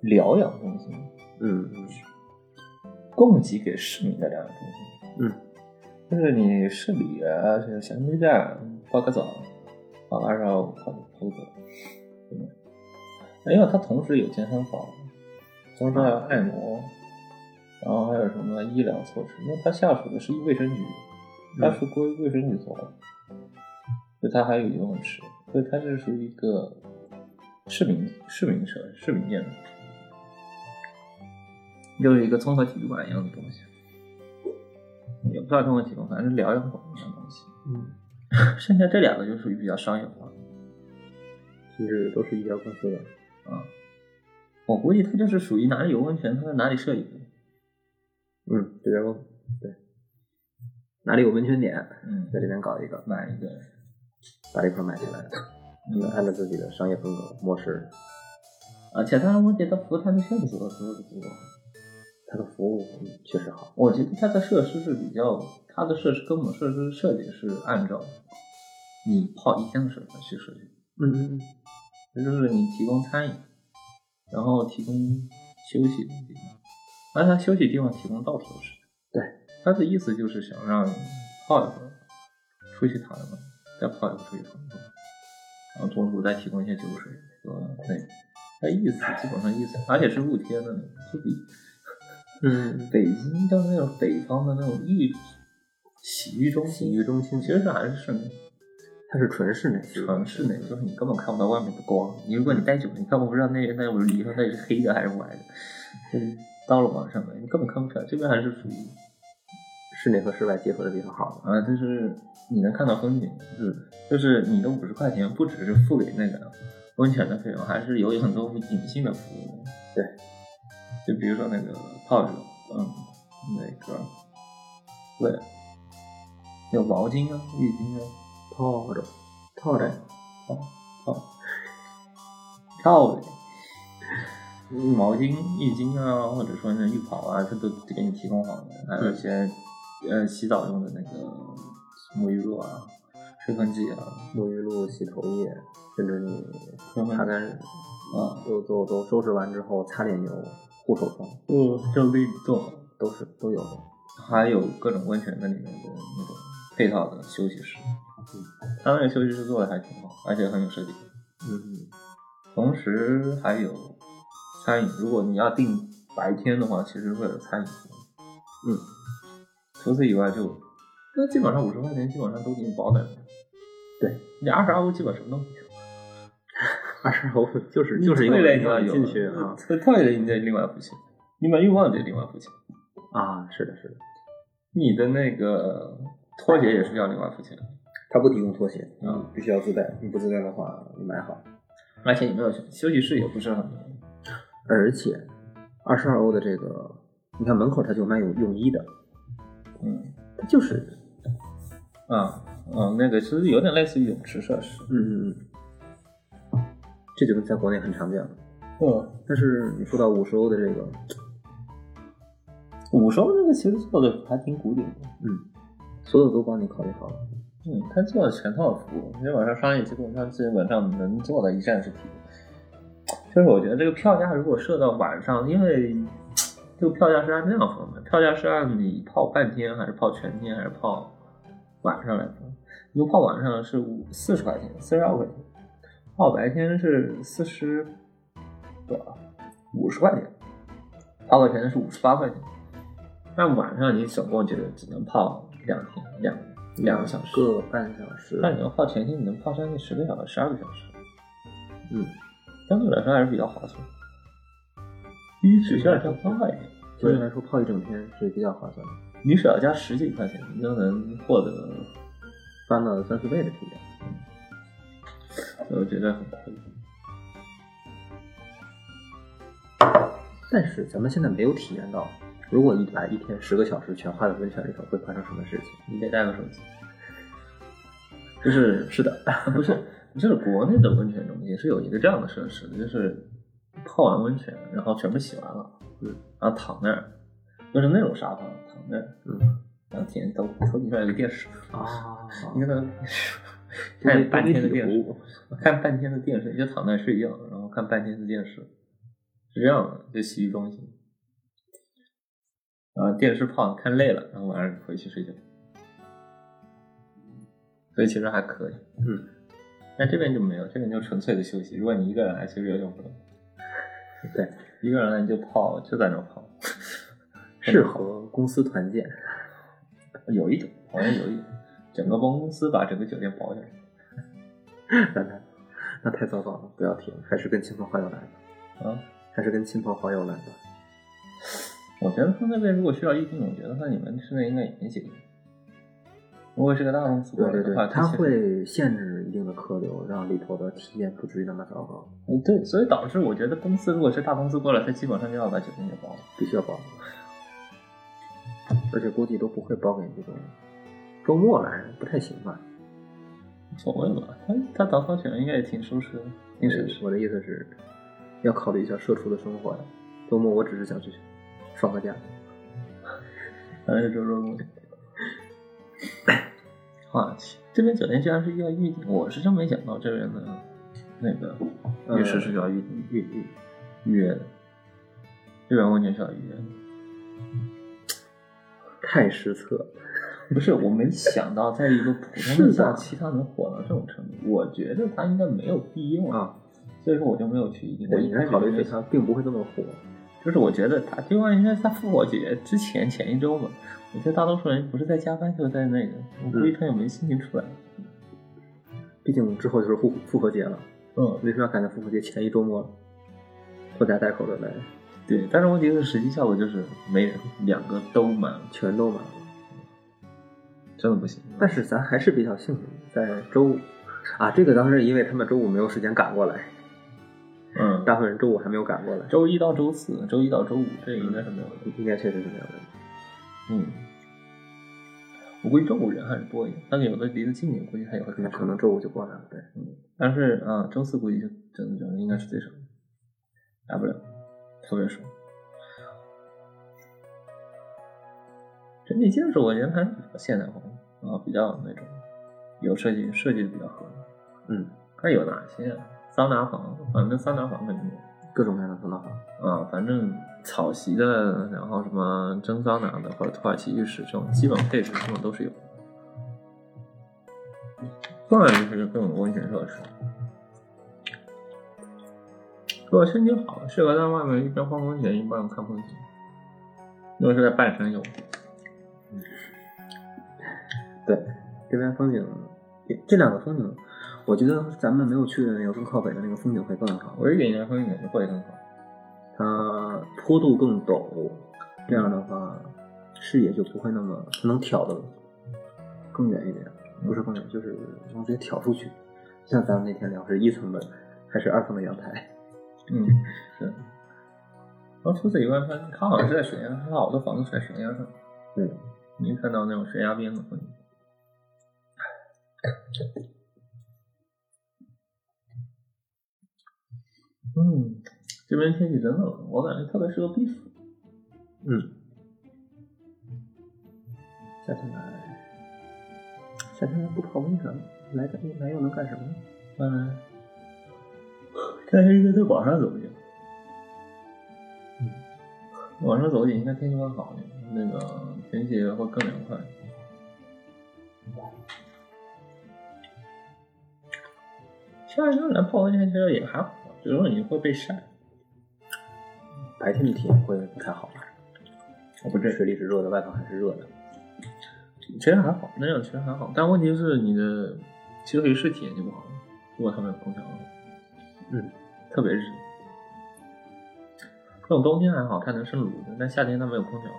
Speaker 1: 疗养中心，
Speaker 3: 嗯嗯
Speaker 1: 供给给市民的疗养中心。
Speaker 3: 嗯，
Speaker 1: 就是你市里啊，就是小区站泡个澡，泡个二十五泡泡个澡，对吧？因为它同时有健身房，同时还有按摩，然后还有什么医疗措施，因为它下属的是卫生局，它是归卫生局所管，所以它还有游泳池，所以它是属于一个市民市民设市民建筑，就是一个综合体育馆一样的东西，也不算综合体育馆，反正是疗养馆一样的东西。
Speaker 4: 嗯，
Speaker 1: 剩下这两个就属于比较商业化，
Speaker 3: 甚至都是医疗公司的。
Speaker 1: 啊，我估计它就是属于哪里有温泉，它在哪里设一个。
Speaker 3: 嗯，这边公司对，哪里有温泉点，
Speaker 1: 嗯
Speaker 3: 在这边搞一个，
Speaker 1: 买一个，
Speaker 3: 把这块买下来，
Speaker 1: 嗯
Speaker 3: 嗯，按照自己的商业风格模式，
Speaker 1: 而且它我觉得服务态度确实做的足够。
Speaker 3: 它的服务嗯确实好。
Speaker 1: 我觉得它的设施是比较，它的设施跟我们设施设计是按照你泡一天的水分去设计，
Speaker 3: 嗯嗯嗯，
Speaker 1: 也就是你提供餐饮，然后提供休息的地方，而它休息地方提供到处都是。
Speaker 3: 对，
Speaker 1: 它的意思就是想让你泡一会儿，出去躺一会儿，再泡一会儿出去躺一会儿，然后中途再提供一些酒水和那个，它意思基本上意思，而且是露天的那种，就比
Speaker 3: 嗯，
Speaker 1: 北京的那种北方的那种浴洗浴中心，
Speaker 3: 洗浴中心
Speaker 1: 其实是还是室内，
Speaker 3: 它是纯室内，
Speaker 1: 纯室内，就是你根本看不到外面的光。你如果你待久了，你根本不知道那那里头那是黑的还是白的。就是到了晚上了，你根本看不出来。这边还是属于
Speaker 3: 室内和室外结合的比较好的。
Speaker 1: 啊，就是你能看到风景，
Speaker 3: 嗯，
Speaker 1: 就是你的五十块钱不只是付给那个温泉的费用，还是有很多隐性的服务。
Speaker 3: 对，
Speaker 1: 就比如说那个泡着，嗯，那个，对，有毛巾啊、浴巾啊，
Speaker 3: 泡着，泡着，
Speaker 1: 套的。毛巾、浴巾啊，或者说那浴袍啊，这都给你提供好的，还有一些呃洗澡用的那个沐浴露啊、吹风机啊，
Speaker 3: 沐浴露、洗头液，甚至你
Speaker 1: 慢慢
Speaker 3: 擦干，
Speaker 1: 啊，
Speaker 3: 都都都收拾完之后，擦脸油、护手霜
Speaker 1: 嗯，就给你做好。
Speaker 3: 都是都有的。
Speaker 1: 还有各种温泉的里面的那种配套的休息室，他们的休息室做的还挺好，而且很有设计感。
Speaker 3: 嗯，
Speaker 1: 同时还有餐饮，如果你要订白天的话，其实会有餐饮服务。
Speaker 3: 嗯，
Speaker 1: 除此以外就，那基本上五十块钱基本上都给你包在里面。
Speaker 3: 对，
Speaker 1: 你二十二欧基本什么都没有，
Speaker 3: 二十楼就是就是一个
Speaker 1: 退了你要
Speaker 3: 门
Speaker 1: 有
Speaker 3: 进去啊，
Speaker 1: 退退了你得另外付钱，你买浴帽得另外付钱，
Speaker 3: 啊，是的，是的，
Speaker 1: 你的那个拖鞋也是要另外付钱的。
Speaker 3: 它不提供拖鞋，
Speaker 1: 啊
Speaker 3: 你必须要自带，你不自带的话，你买好。
Speaker 1: 而且你没有休息室也不是很多，
Speaker 3: 而且，二十二欧的这个，你看门口它就有卖泳泳衣的，
Speaker 1: 嗯啊
Speaker 3: 它就是，
Speaker 1: 啊嗯，那个其实有点类似于泳池设施，
Speaker 3: 嗯嗯嗯，这就跟在国内很常见了。
Speaker 1: 嗯，
Speaker 3: 但是你说到五十欧的这个，
Speaker 1: 五十欧这个其实做的还挺古典的。
Speaker 3: 嗯，所有都帮你考虑好了。
Speaker 1: 嗯，他做了全套服务，你网上商业机构他基本上能做的一站式体验。就是我觉得这个票价如果设到晚上，因为这个票价是按这样分的，票价是按你泡半天还是泡全天还是泡晚上来分。如果泡晚上是五四十块钱，四十二块钱；泡白天是四十多少？五十块钱，泡个钱是五十八块钱。那晚上你总共就只能泡两天，两两个小时。
Speaker 3: 个半小时，
Speaker 1: 那你要泡全天，你能泡将近十个小时、十二个小时，
Speaker 3: 嗯，
Speaker 1: 相对来说还是比较划算。一只需要加八块钱，
Speaker 3: 相对来说泡一整天是比较划算的，
Speaker 1: 你只要加十几块钱，你就能获得，
Speaker 3: 翻了三四倍的体验。
Speaker 1: 所以我觉得很亏。
Speaker 3: 但是咱们现在没有体验到，如果一把一天十个小时全花在温泉里头，会发生什么事情？
Speaker 1: 你得带个手机，
Speaker 3: 就是是的，
Speaker 1: 不是，就是国内的温泉中心是有一个这样的设施的，就是泡完温泉，然后全部洗完了，
Speaker 3: 嗯，
Speaker 1: 然后躺那儿，就是那种沙发躺那儿，
Speaker 3: 嗯
Speaker 1: 然后天头头顶上有个电视，
Speaker 3: 啊，
Speaker 1: 你 看能
Speaker 3: 多媒
Speaker 1: 看半天的电
Speaker 3: 多媒体
Speaker 1: 视
Speaker 3: 服，
Speaker 1: 看半天的电视，你就躺那儿睡觉，然后看半天的电视，是这样的，就洗浴中心。然后电视泡看累了，然后晚上回去睡觉，所以其实还可以。
Speaker 3: 嗯，
Speaker 1: 但这边就没有，这边就纯粹的休息。如果你一个人来，其实有点无聊。
Speaker 3: 对，
Speaker 1: 一个人来你就泡，就在那儿泡，
Speaker 3: 适合公司团建。
Speaker 1: 有一种好像有一种，整个帮公司把整个酒店包下来。
Speaker 3: 那太那太糟糕了，不要提了，还是跟亲朋好友来吧，
Speaker 1: 啊，
Speaker 3: 还是跟亲朋好友来吧。
Speaker 1: 我觉得他那边如果需要预定，我觉得那你们现在应该也没几个人。如果是个大公司过
Speaker 3: 对
Speaker 1: 来
Speaker 3: 对
Speaker 1: 的
Speaker 3: 对
Speaker 1: 话，，
Speaker 3: 它
Speaker 1: 其实
Speaker 3: 会限制一定的客流，让里头的体验不至于那么糟糕，
Speaker 1: 嗯对，所以导致我觉得公司如果是大公司过来，他基本上就要把酒店给包了。
Speaker 3: 必须要包。而且估计都不会包给这种周末来，不太行吧？
Speaker 1: 无所谓吧，他他打扫起来应该也挺舒适的，挺省事。
Speaker 3: 我的意思是，要考虑一下社畜的生活呀。周末我只是想去放个假。
Speaker 1: 反正就是说，话题这边酒店居然是要预定，我是真没想到这边的那个浴室是需要预定预预预约的，这边温泉需要预约的。
Speaker 3: 太失策了，
Speaker 1: 不是，我没想到在一个普通
Speaker 3: 是
Speaker 1: 的
Speaker 3: 的
Speaker 1: 假期，它能火到这种程度。我觉得它应该没有必要
Speaker 3: 啊，
Speaker 1: 所以说我就没有去一定。
Speaker 3: 我
Speaker 1: 一
Speaker 3: 应
Speaker 1: 开
Speaker 3: 该
Speaker 1: 始
Speaker 3: 考虑
Speaker 1: 就没
Speaker 3: 是它并不会这么火。
Speaker 1: 就是我觉得他就应该在复活节之前前一周嘛。我觉得大多数人不是在加班，就是在那个，我估计
Speaker 3: 嗯
Speaker 1: 他也没心情出来。
Speaker 3: 毕竟之后就是复复活节了，
Speaker 1: 嗯，
Speaker 3: 为什么要赶在复活节前一周末了拖家带口的来，
Speaker 1: 对。但是问题是，实际效果就是没人，两个都满了，
Speaker 3: 全都满了？
Speaker 1: 真的不行。
Speaker 3: 但是咱还是比较幸运，在周五啊，这个当时因为他们周五没有时间赶过来，
Speaker 1: 嗯，
Speaker 3: 大部分人周五还没有赶过来，
Speaker 1: 周一到周四，周一到周五，这应该是没有的。
Speaker 3: 应该确实是没有问题。
Speaker 1: 嗯，我估计周五人还是多一点，但是有的离得近一点，估计他也会开
Speaker 3: 那
Speaker 1: 车
Speaker 3: 可能周五就过来了，对，
Speaker 1: 但是啊，周四估计就真的就是应该是最少的，来不了，特别少。整体建筑我觉得还是比较现代化的啊，比较那种有设计设计的比较合理。
Speaker 3: 嗯，
Speaker 1: 它有哪些啊？桑拿房，反正桑拿房肯定有
Speaker 3: 各种各样的桑拿房，
Speaker 1: 啊，反正草席的，然后什么蒸桑拿的或者土耳其浴室这种基本配置，基本都是有的。当然就是各种温泉设施。如果身体好，适合在外面一边泡温泉一边看风景。如果是在半山有，
Speaker 3: 对，这边风景，这两个风景，我觉得咱们没有去的那个更靠北的那个风景会更好，
Speaker 1: 我一点点风景就会很好。
Speaker 3: 它坡度更陡，这样的话视野就不会那么它能挑的更远一点，不是更远，就是能直接挑出去。像咱们那天聊是一层的还是二层的阳台，
Speaker 1: 嗯，是。然后除此以外，它它好像是在悬崖，它好多房子是在悬崖上，
Speaker 3: 嗯，
Speaker 1: 你能看到那种悬崖边的风景。嗯这边天气真冷，我感觉特别适合避暑。
Speaker 3: 嗯，夏天来，夏天来不泡温泉，来干来又能干什么呢？
Speaker 1: 当然，夏天应该在网上走去。嗯，网上走去应该天气会好点，那个天气会更凉快。夏天来泡温泉其实也还好，只是你会被晒。
Speaker 3: 白天的体验会不太好吧？
Speaker 1: 我不
Speaker 3: 这
Speaker 1: 至于
Speaker 3: 水里是热的，外头还是热的。
Speaker 1: 其实还好，那样其实还好，但问题是你的其实是体验就不好了。如果他们有空调的话，
Speaker 3: 嗯，
Speaker 1: 特别热。那种冬天还好，它能生炉子，但夏天它没有空调，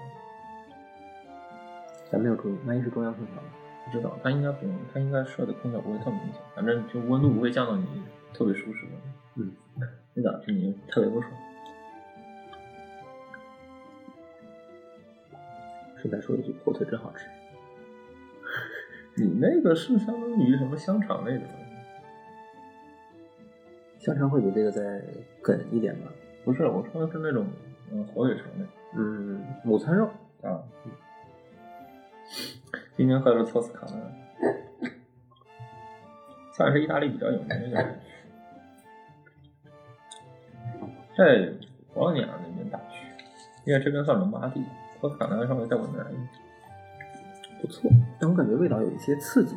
Speaker 3: 咱没有中，万一是中央空调呢？
Speaker 1: 不知道它应该不用，它应该设的空调不会特别明显，反正就温度不会降到你特别舒适的。
Speaker 3: 嗯，
Speaker 1: 那导致你特别不爽。
Speaker 3: 顺便说一句，火腿真好吃。
Speaker 1: 你那个是相当于什么香肠类的吧？
Speaker 3: 香肠会比这个再梗一点吧？
Speaker 1: 不是，我说的是那种嗯火腿肠类。
Speaker 3: 嗯，午餐肉，
Speaker 1: 啊，今天喝的是托斯卡纳，算是意大利比较有名的一个。在博洛尼亚那边大区，因为这边算隆巴第，托斯卡纳稍微再往南一点。
Speaker 3: 不错，但我感觉味道有一些刺激。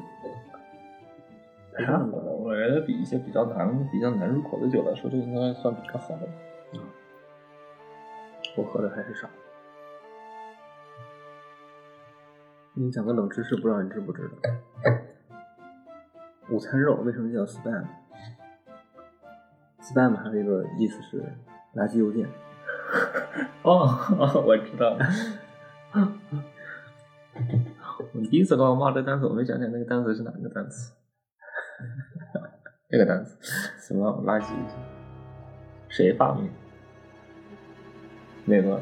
Speaker 1: 还好，我觉得比一些比较难、比较难入口的酒来说，这应该算比较好的。
Speaker 3: 我喝的还是少。给你讲个冷知识，不知道你知不知道？午餐肉为什么叫 spam？spam 还有一个意思是垃圾邮件。
Speaker 1: 哦， 我知道了。 我第一次刚骂这单词，我没想起来那个单词是哪个单词。 这个单词什么垃圾邮件？谁发明？哪个？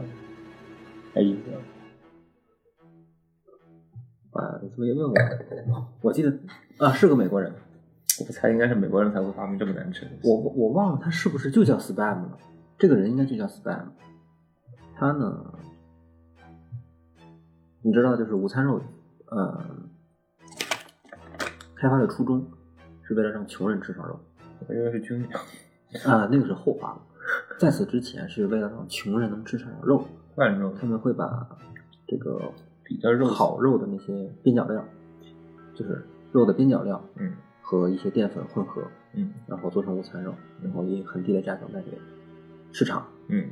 Speaker 1: 哎，英国。
Speaker 3: 啊，你怎么也问我？我记得啊，是个美国人，
Speaker 1: 我猜应该是美国人才会发明这么难吃的东西。
Speaker 3: 我我忘了他是不是就叫 spam 了。这个人应该就叫 spam。他呢，你知道，就是午餐肉，呃，开发的初衷是为了让穷人吃上肉
Speaker 1: 我因为是军人，
Speaker 3: 啊、那个是后话了。在此之前是为了让穷人能吃上肉，
Speaker 1: 万肉
Speaker 3: 他们会把这个
Speaker 1: 比较肉
Speaker 3: 好肉的那些边角料，就是肉的边角料
Speaker 1: 嗯
Speaker 3: 和一些淀粉混合，
Speaker 1: 嗯
Speaker 3: 然后做成午餐肉，然后以很低的价格卖给市场。
Speaker 1: 嗯，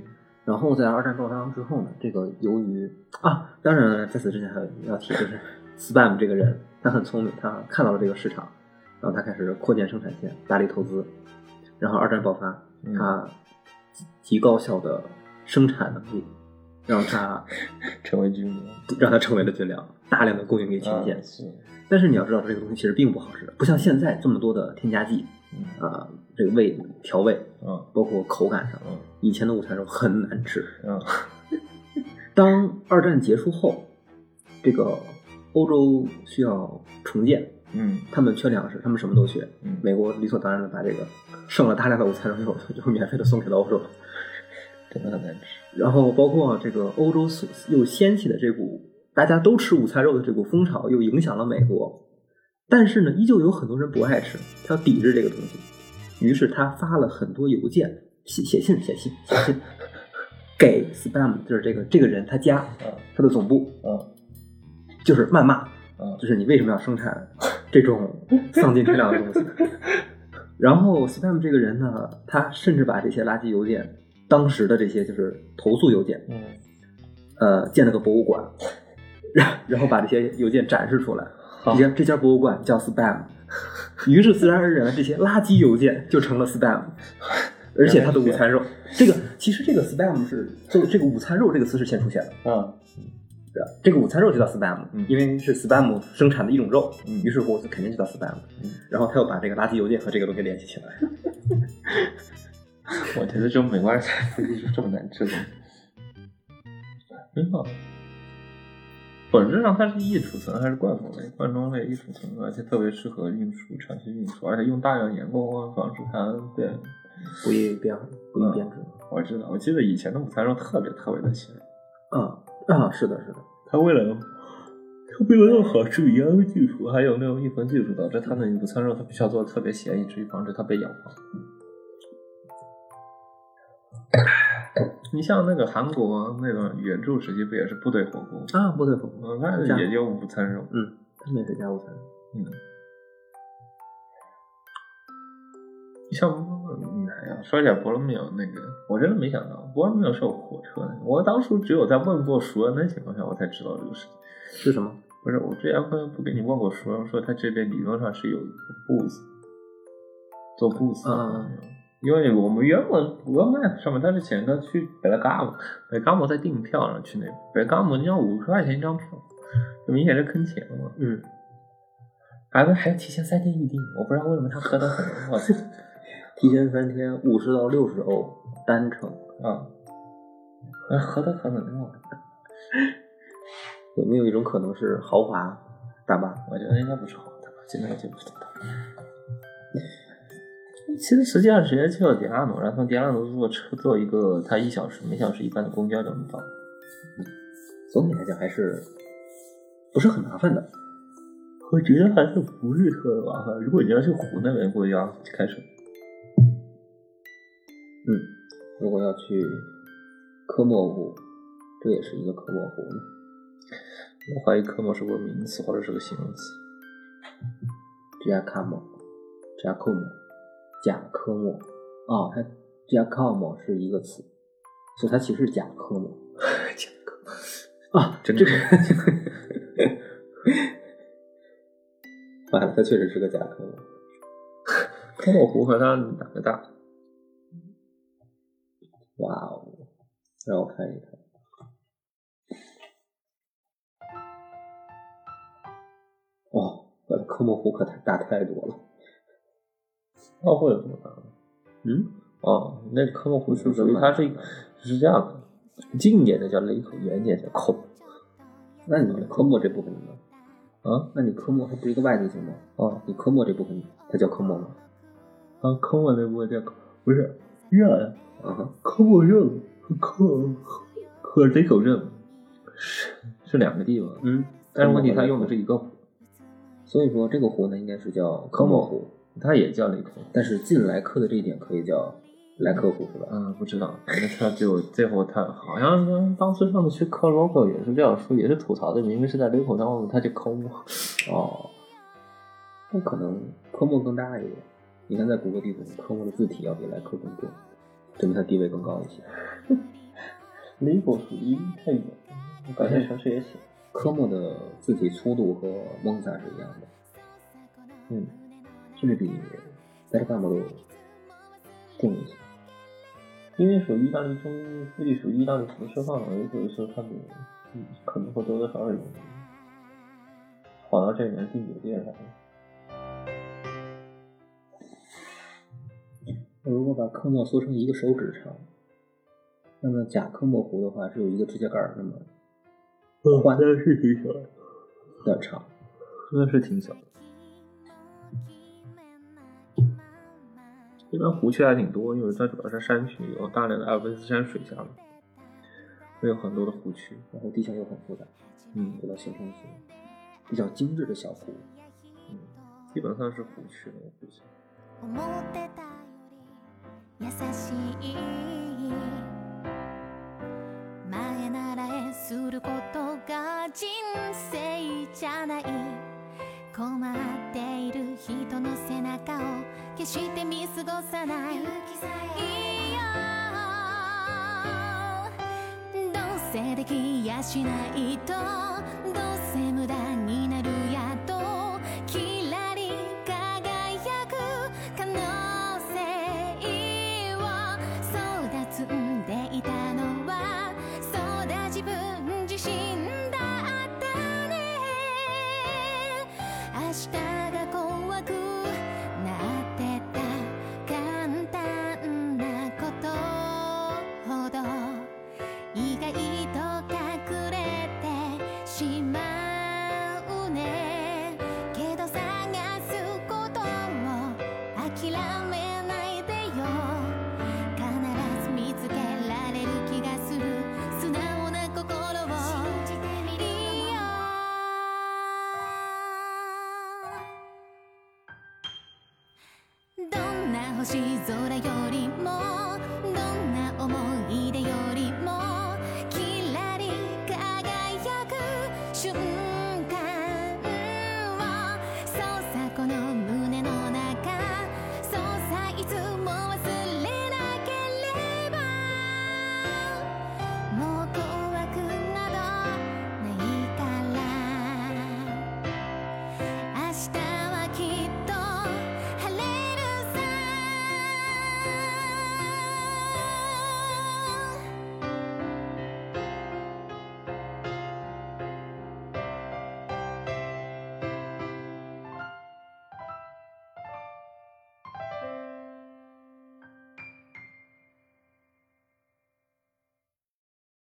Speaker 3: 然后在二战爆发之后呢，这个由于啊，当然了在此之前还有要提，就是 Spam 这个人，他很聪明，他看到了这个市场，然后他开始扩建生产线，大力投资。然后二战爆发，
Speaker 1: 嗯
Speaker 3: 他极高效的生产能力，让他
Speaker 1: 成为军人。
Speaker 3: 让他成为了军粮，大量的供应给前线
Speaker 1: 啊。是，
Speaker 3: 但是你要知道，这个东西其实并不好吃，不像现在这么多的添加剂
Speaker 1: 嗯
Speaker 3: 啊、这个味调味，
Speaker 1: 嗯
Speaker 3: 包括口感上，
Speaker 1: 嗯
Speaker 3: 以前的午餐肉很难吃。
Speaker 1: 嗯
Speaker 3: 当二战结束后，这个欧洲需要重建，
Speaker 1: 嗯
Speaker 3: 他们缺粮食，他们什么都缺。
Speaker 1: 嗯，
Speaker 3: 美国理所当然的把这个剩了大量的午餐肉就就免费的送给了欧洲，
Speaker 1: 真的很难吃。
Speaker 3: 然后包括这个欧洲所又掀起的这股大家都吃午餐肉的这股风潮，又影响了美国。但是呢，依旧有很多人不爱吃，他要抵制这个东西。于是他发了很多邮件，写写信、写信、写信，给 spam 就是这个这个人他家呃
Speaker 1: 嗯
Speaker 3: 他的总部，
Speaker 1: 嗯
Speaker 3: 就是谩骂，
Speaker 1: 嗯
Speaker 3: 就是你为什么要生产这种丧尽天良的东西？然后 Spam 这个人呢，他甚至把这些垃圾邮件，当时的这些就是投诉邮件，
Speaker 1: 嗯，
Speaker 3: 呃，建了个博物馆，然然后把这些邮件展示出来。这家这家博物馆叫 Spam，于是自然而然，这些垃圾邮件就成了 Spam，而且它的午餐肉，这个其实这个 Spam 是就这个午餐肉这个词是先出现的。
Speaker 1: 嗯
Speaker 3: 对吧这个午餐肉就叫 spam，、
Speaker 1: 嗯
Speaker 3: 因为是 spam 生产的一种肉，
Speaker 1: 嗯
Speaker 3: 于是乎就肯定就叫 spam、
Speaker 1: 嗯
Speaker 3: 然后他又把这个垃圾邮件和这个东西联系起来，
Speaker 1: 我觉得这美国人才不会说这么难吃的东西， 真好。本质上它是易储存还是罐头类？罐装类易储存，而且特别适合运输、长期运输，而且用大量盐供方式它对
Speaker 3: 不易编不易编制。
Speaker 1: 我知道，我记得以前的午餐肉特别特别的咸，
Speaker 3: 啊啊，是的，是的，
Speaker 1: 他为了他为了要好吃米浆技术，还有那种预防技术，导致他的午餐肉他必须要做的特别咸，以至于防止他被咬黄。你像那个韩国那个原著时期不也是部队火锅？
Speaker 3: 啊，不对，不对，
Speaker 1: 嗯，那也就午餐肉。
Speaker 3: 嗯，他们也是加午餐。
Speaker 1: 嗯，你像嗯，哎呀，说起来伯罗密欧那个，我真的没想到伯罗密欧是有火车的。我当初只有在问过熟人的情况下，我才知道这个事情。
Speaker 3: 是什么？
Speaker 1: 不是，我之前不不跟你问过熟人，说他这边理论上是有一个 booth，做 booth 的
Speaker 3: 嗯
Speaker 1: 因为我们原本国漫上面，他是请他去北拉嘎姆，北拉嘎姆再订票，然后去那边北拉嘎姆你要五十块钱一张票，这明显是坑钱嘛。
Speaker 3: 嗯，
Speaker 1: 还还要提前三天预定，我不知道为什么他合同很灵我操！
Speaker 3: 提前三天五十到六十欧单程，
Speaker 1: 啊，那合同很灵我
Speaker 3: 有没有一种可能是豪华大巴？
Speaker 1: 我觉得应该不是好的吧，现在就不知道。其实实际上直接去了迪拉努，然后从迪拉努坐车坐一个他一小时每小时一班的公交就能到。
Speaker 3: 总体来讲还是不是很麻烦的。
Speaker 1: 我觉得还是不是特别麻烦。如果你要去湖那边过要开车，
Speaker 3: 嗯如果要去科莫湖，这也是一个科莫湖呢。
Speaker 1: 我怀疑科目是个名词或者是个形容词。
Speaker 3: 吉亚卡莫、吉亚库莫、贾科莫。哦，它吉亚卡莫是一个词，所以它其实是贾科莫。 贾科啊，
Speaker 1: 真
Speaker 3: 这
Speaker 1: 的
Speaker 3: 个。完了，它确实是个贾科莫。
Speaker 1: 科目湖和它哪个大？
Speaker 3: 哇哦，让我看一看。哦，我的科莫湖可太大太多
Speaker 1: 嗯
Speaker 3: 了。
Speaker 1: 奥会有这么大吗？
Speaker 3: 嗯，
Speaker 1: 哦，那科目湖是属于它是是这样的，近一点的叫雷口，远一点叫口。
Speaker 3: 那你的科莫这部分呢？
Speaker 1: 啊，
Speaker 3: 那你科莫它不是一个外地性吗？
Speaker 1: 哦，
Speaker 3: 你科莫这部分它叫科莫吗？
Speaker 1: 啊，科目那部分叫口不是热，
Speaker 3: 嗯哼，
Speaker 1: 科目热和科和雷口热是是两个地方，
Speaker 3: 嗯，
Speaker 1: 但是问题它用的是一个湖，
Speaker 3: 所以说这个湖呢应该是叫科莫湖，
Speaker 1: 它也叫雷口。
Speaker 3: 但是近莱克的这一点可以叫莱克湖是吧？
Speaker 1: 嗯，不知道，反正他就最后他好像跟当时上次去磕 logo 也是这样说，也是吐槽的，明明是在雷口，但为什么他就抠我？
Speaker 3: 哦，那可能科莫更大一点。你看在谷歌地图上，科莫的字体要比莱克更多，证明它地位更高一些。
Speaker 1: 雷口属于太远，我感觉城市也小。
Speaker 3: 科莫的字体粗度和蒙萨是一样的，
Speaker 1: 嗯，
Speaker 3: 甚至比德拉卡莫都重一些。
Speaker 1: 因为属于意大利中，估计属于意大利服饰范围，所以说他们嗯可能会多多少少有跑到这边订酒店啥的。
Speaker 3: 如果把科莫缩成一个手指长，那么假科莫湖的话是有一个指甲盖儿那么
Speaker 1: 哇，那是挺小的，
Speaker 3: 的长。
Speaker 1: 那是挺小的。这边湖区还挺多，因为它主要是山区，有大量的阿尔卑斯山水下嘛，会有很多的湖区。
Speaker 3: 然后地形又很复杂，
Speaker 1: 嗯，
Speaker 3: 比较形成一些比较精致的小湖。
Speaker 1: 嗯，基本算是湖区了，我估计。
Speaker 5: 思ってたより優しい前習えすることが人生じゃない困っている人の背中を決して見過ごさないいいよどうせできやしないとどうせ無駄になるやとキラリ輝く可能性をそうだ積んでいたのはそうだ自分自身だったね明日が怖くなってた簡単なことほど意外と隠れてしまうねけど探すことを諦めないでよ星空よりもどんな思い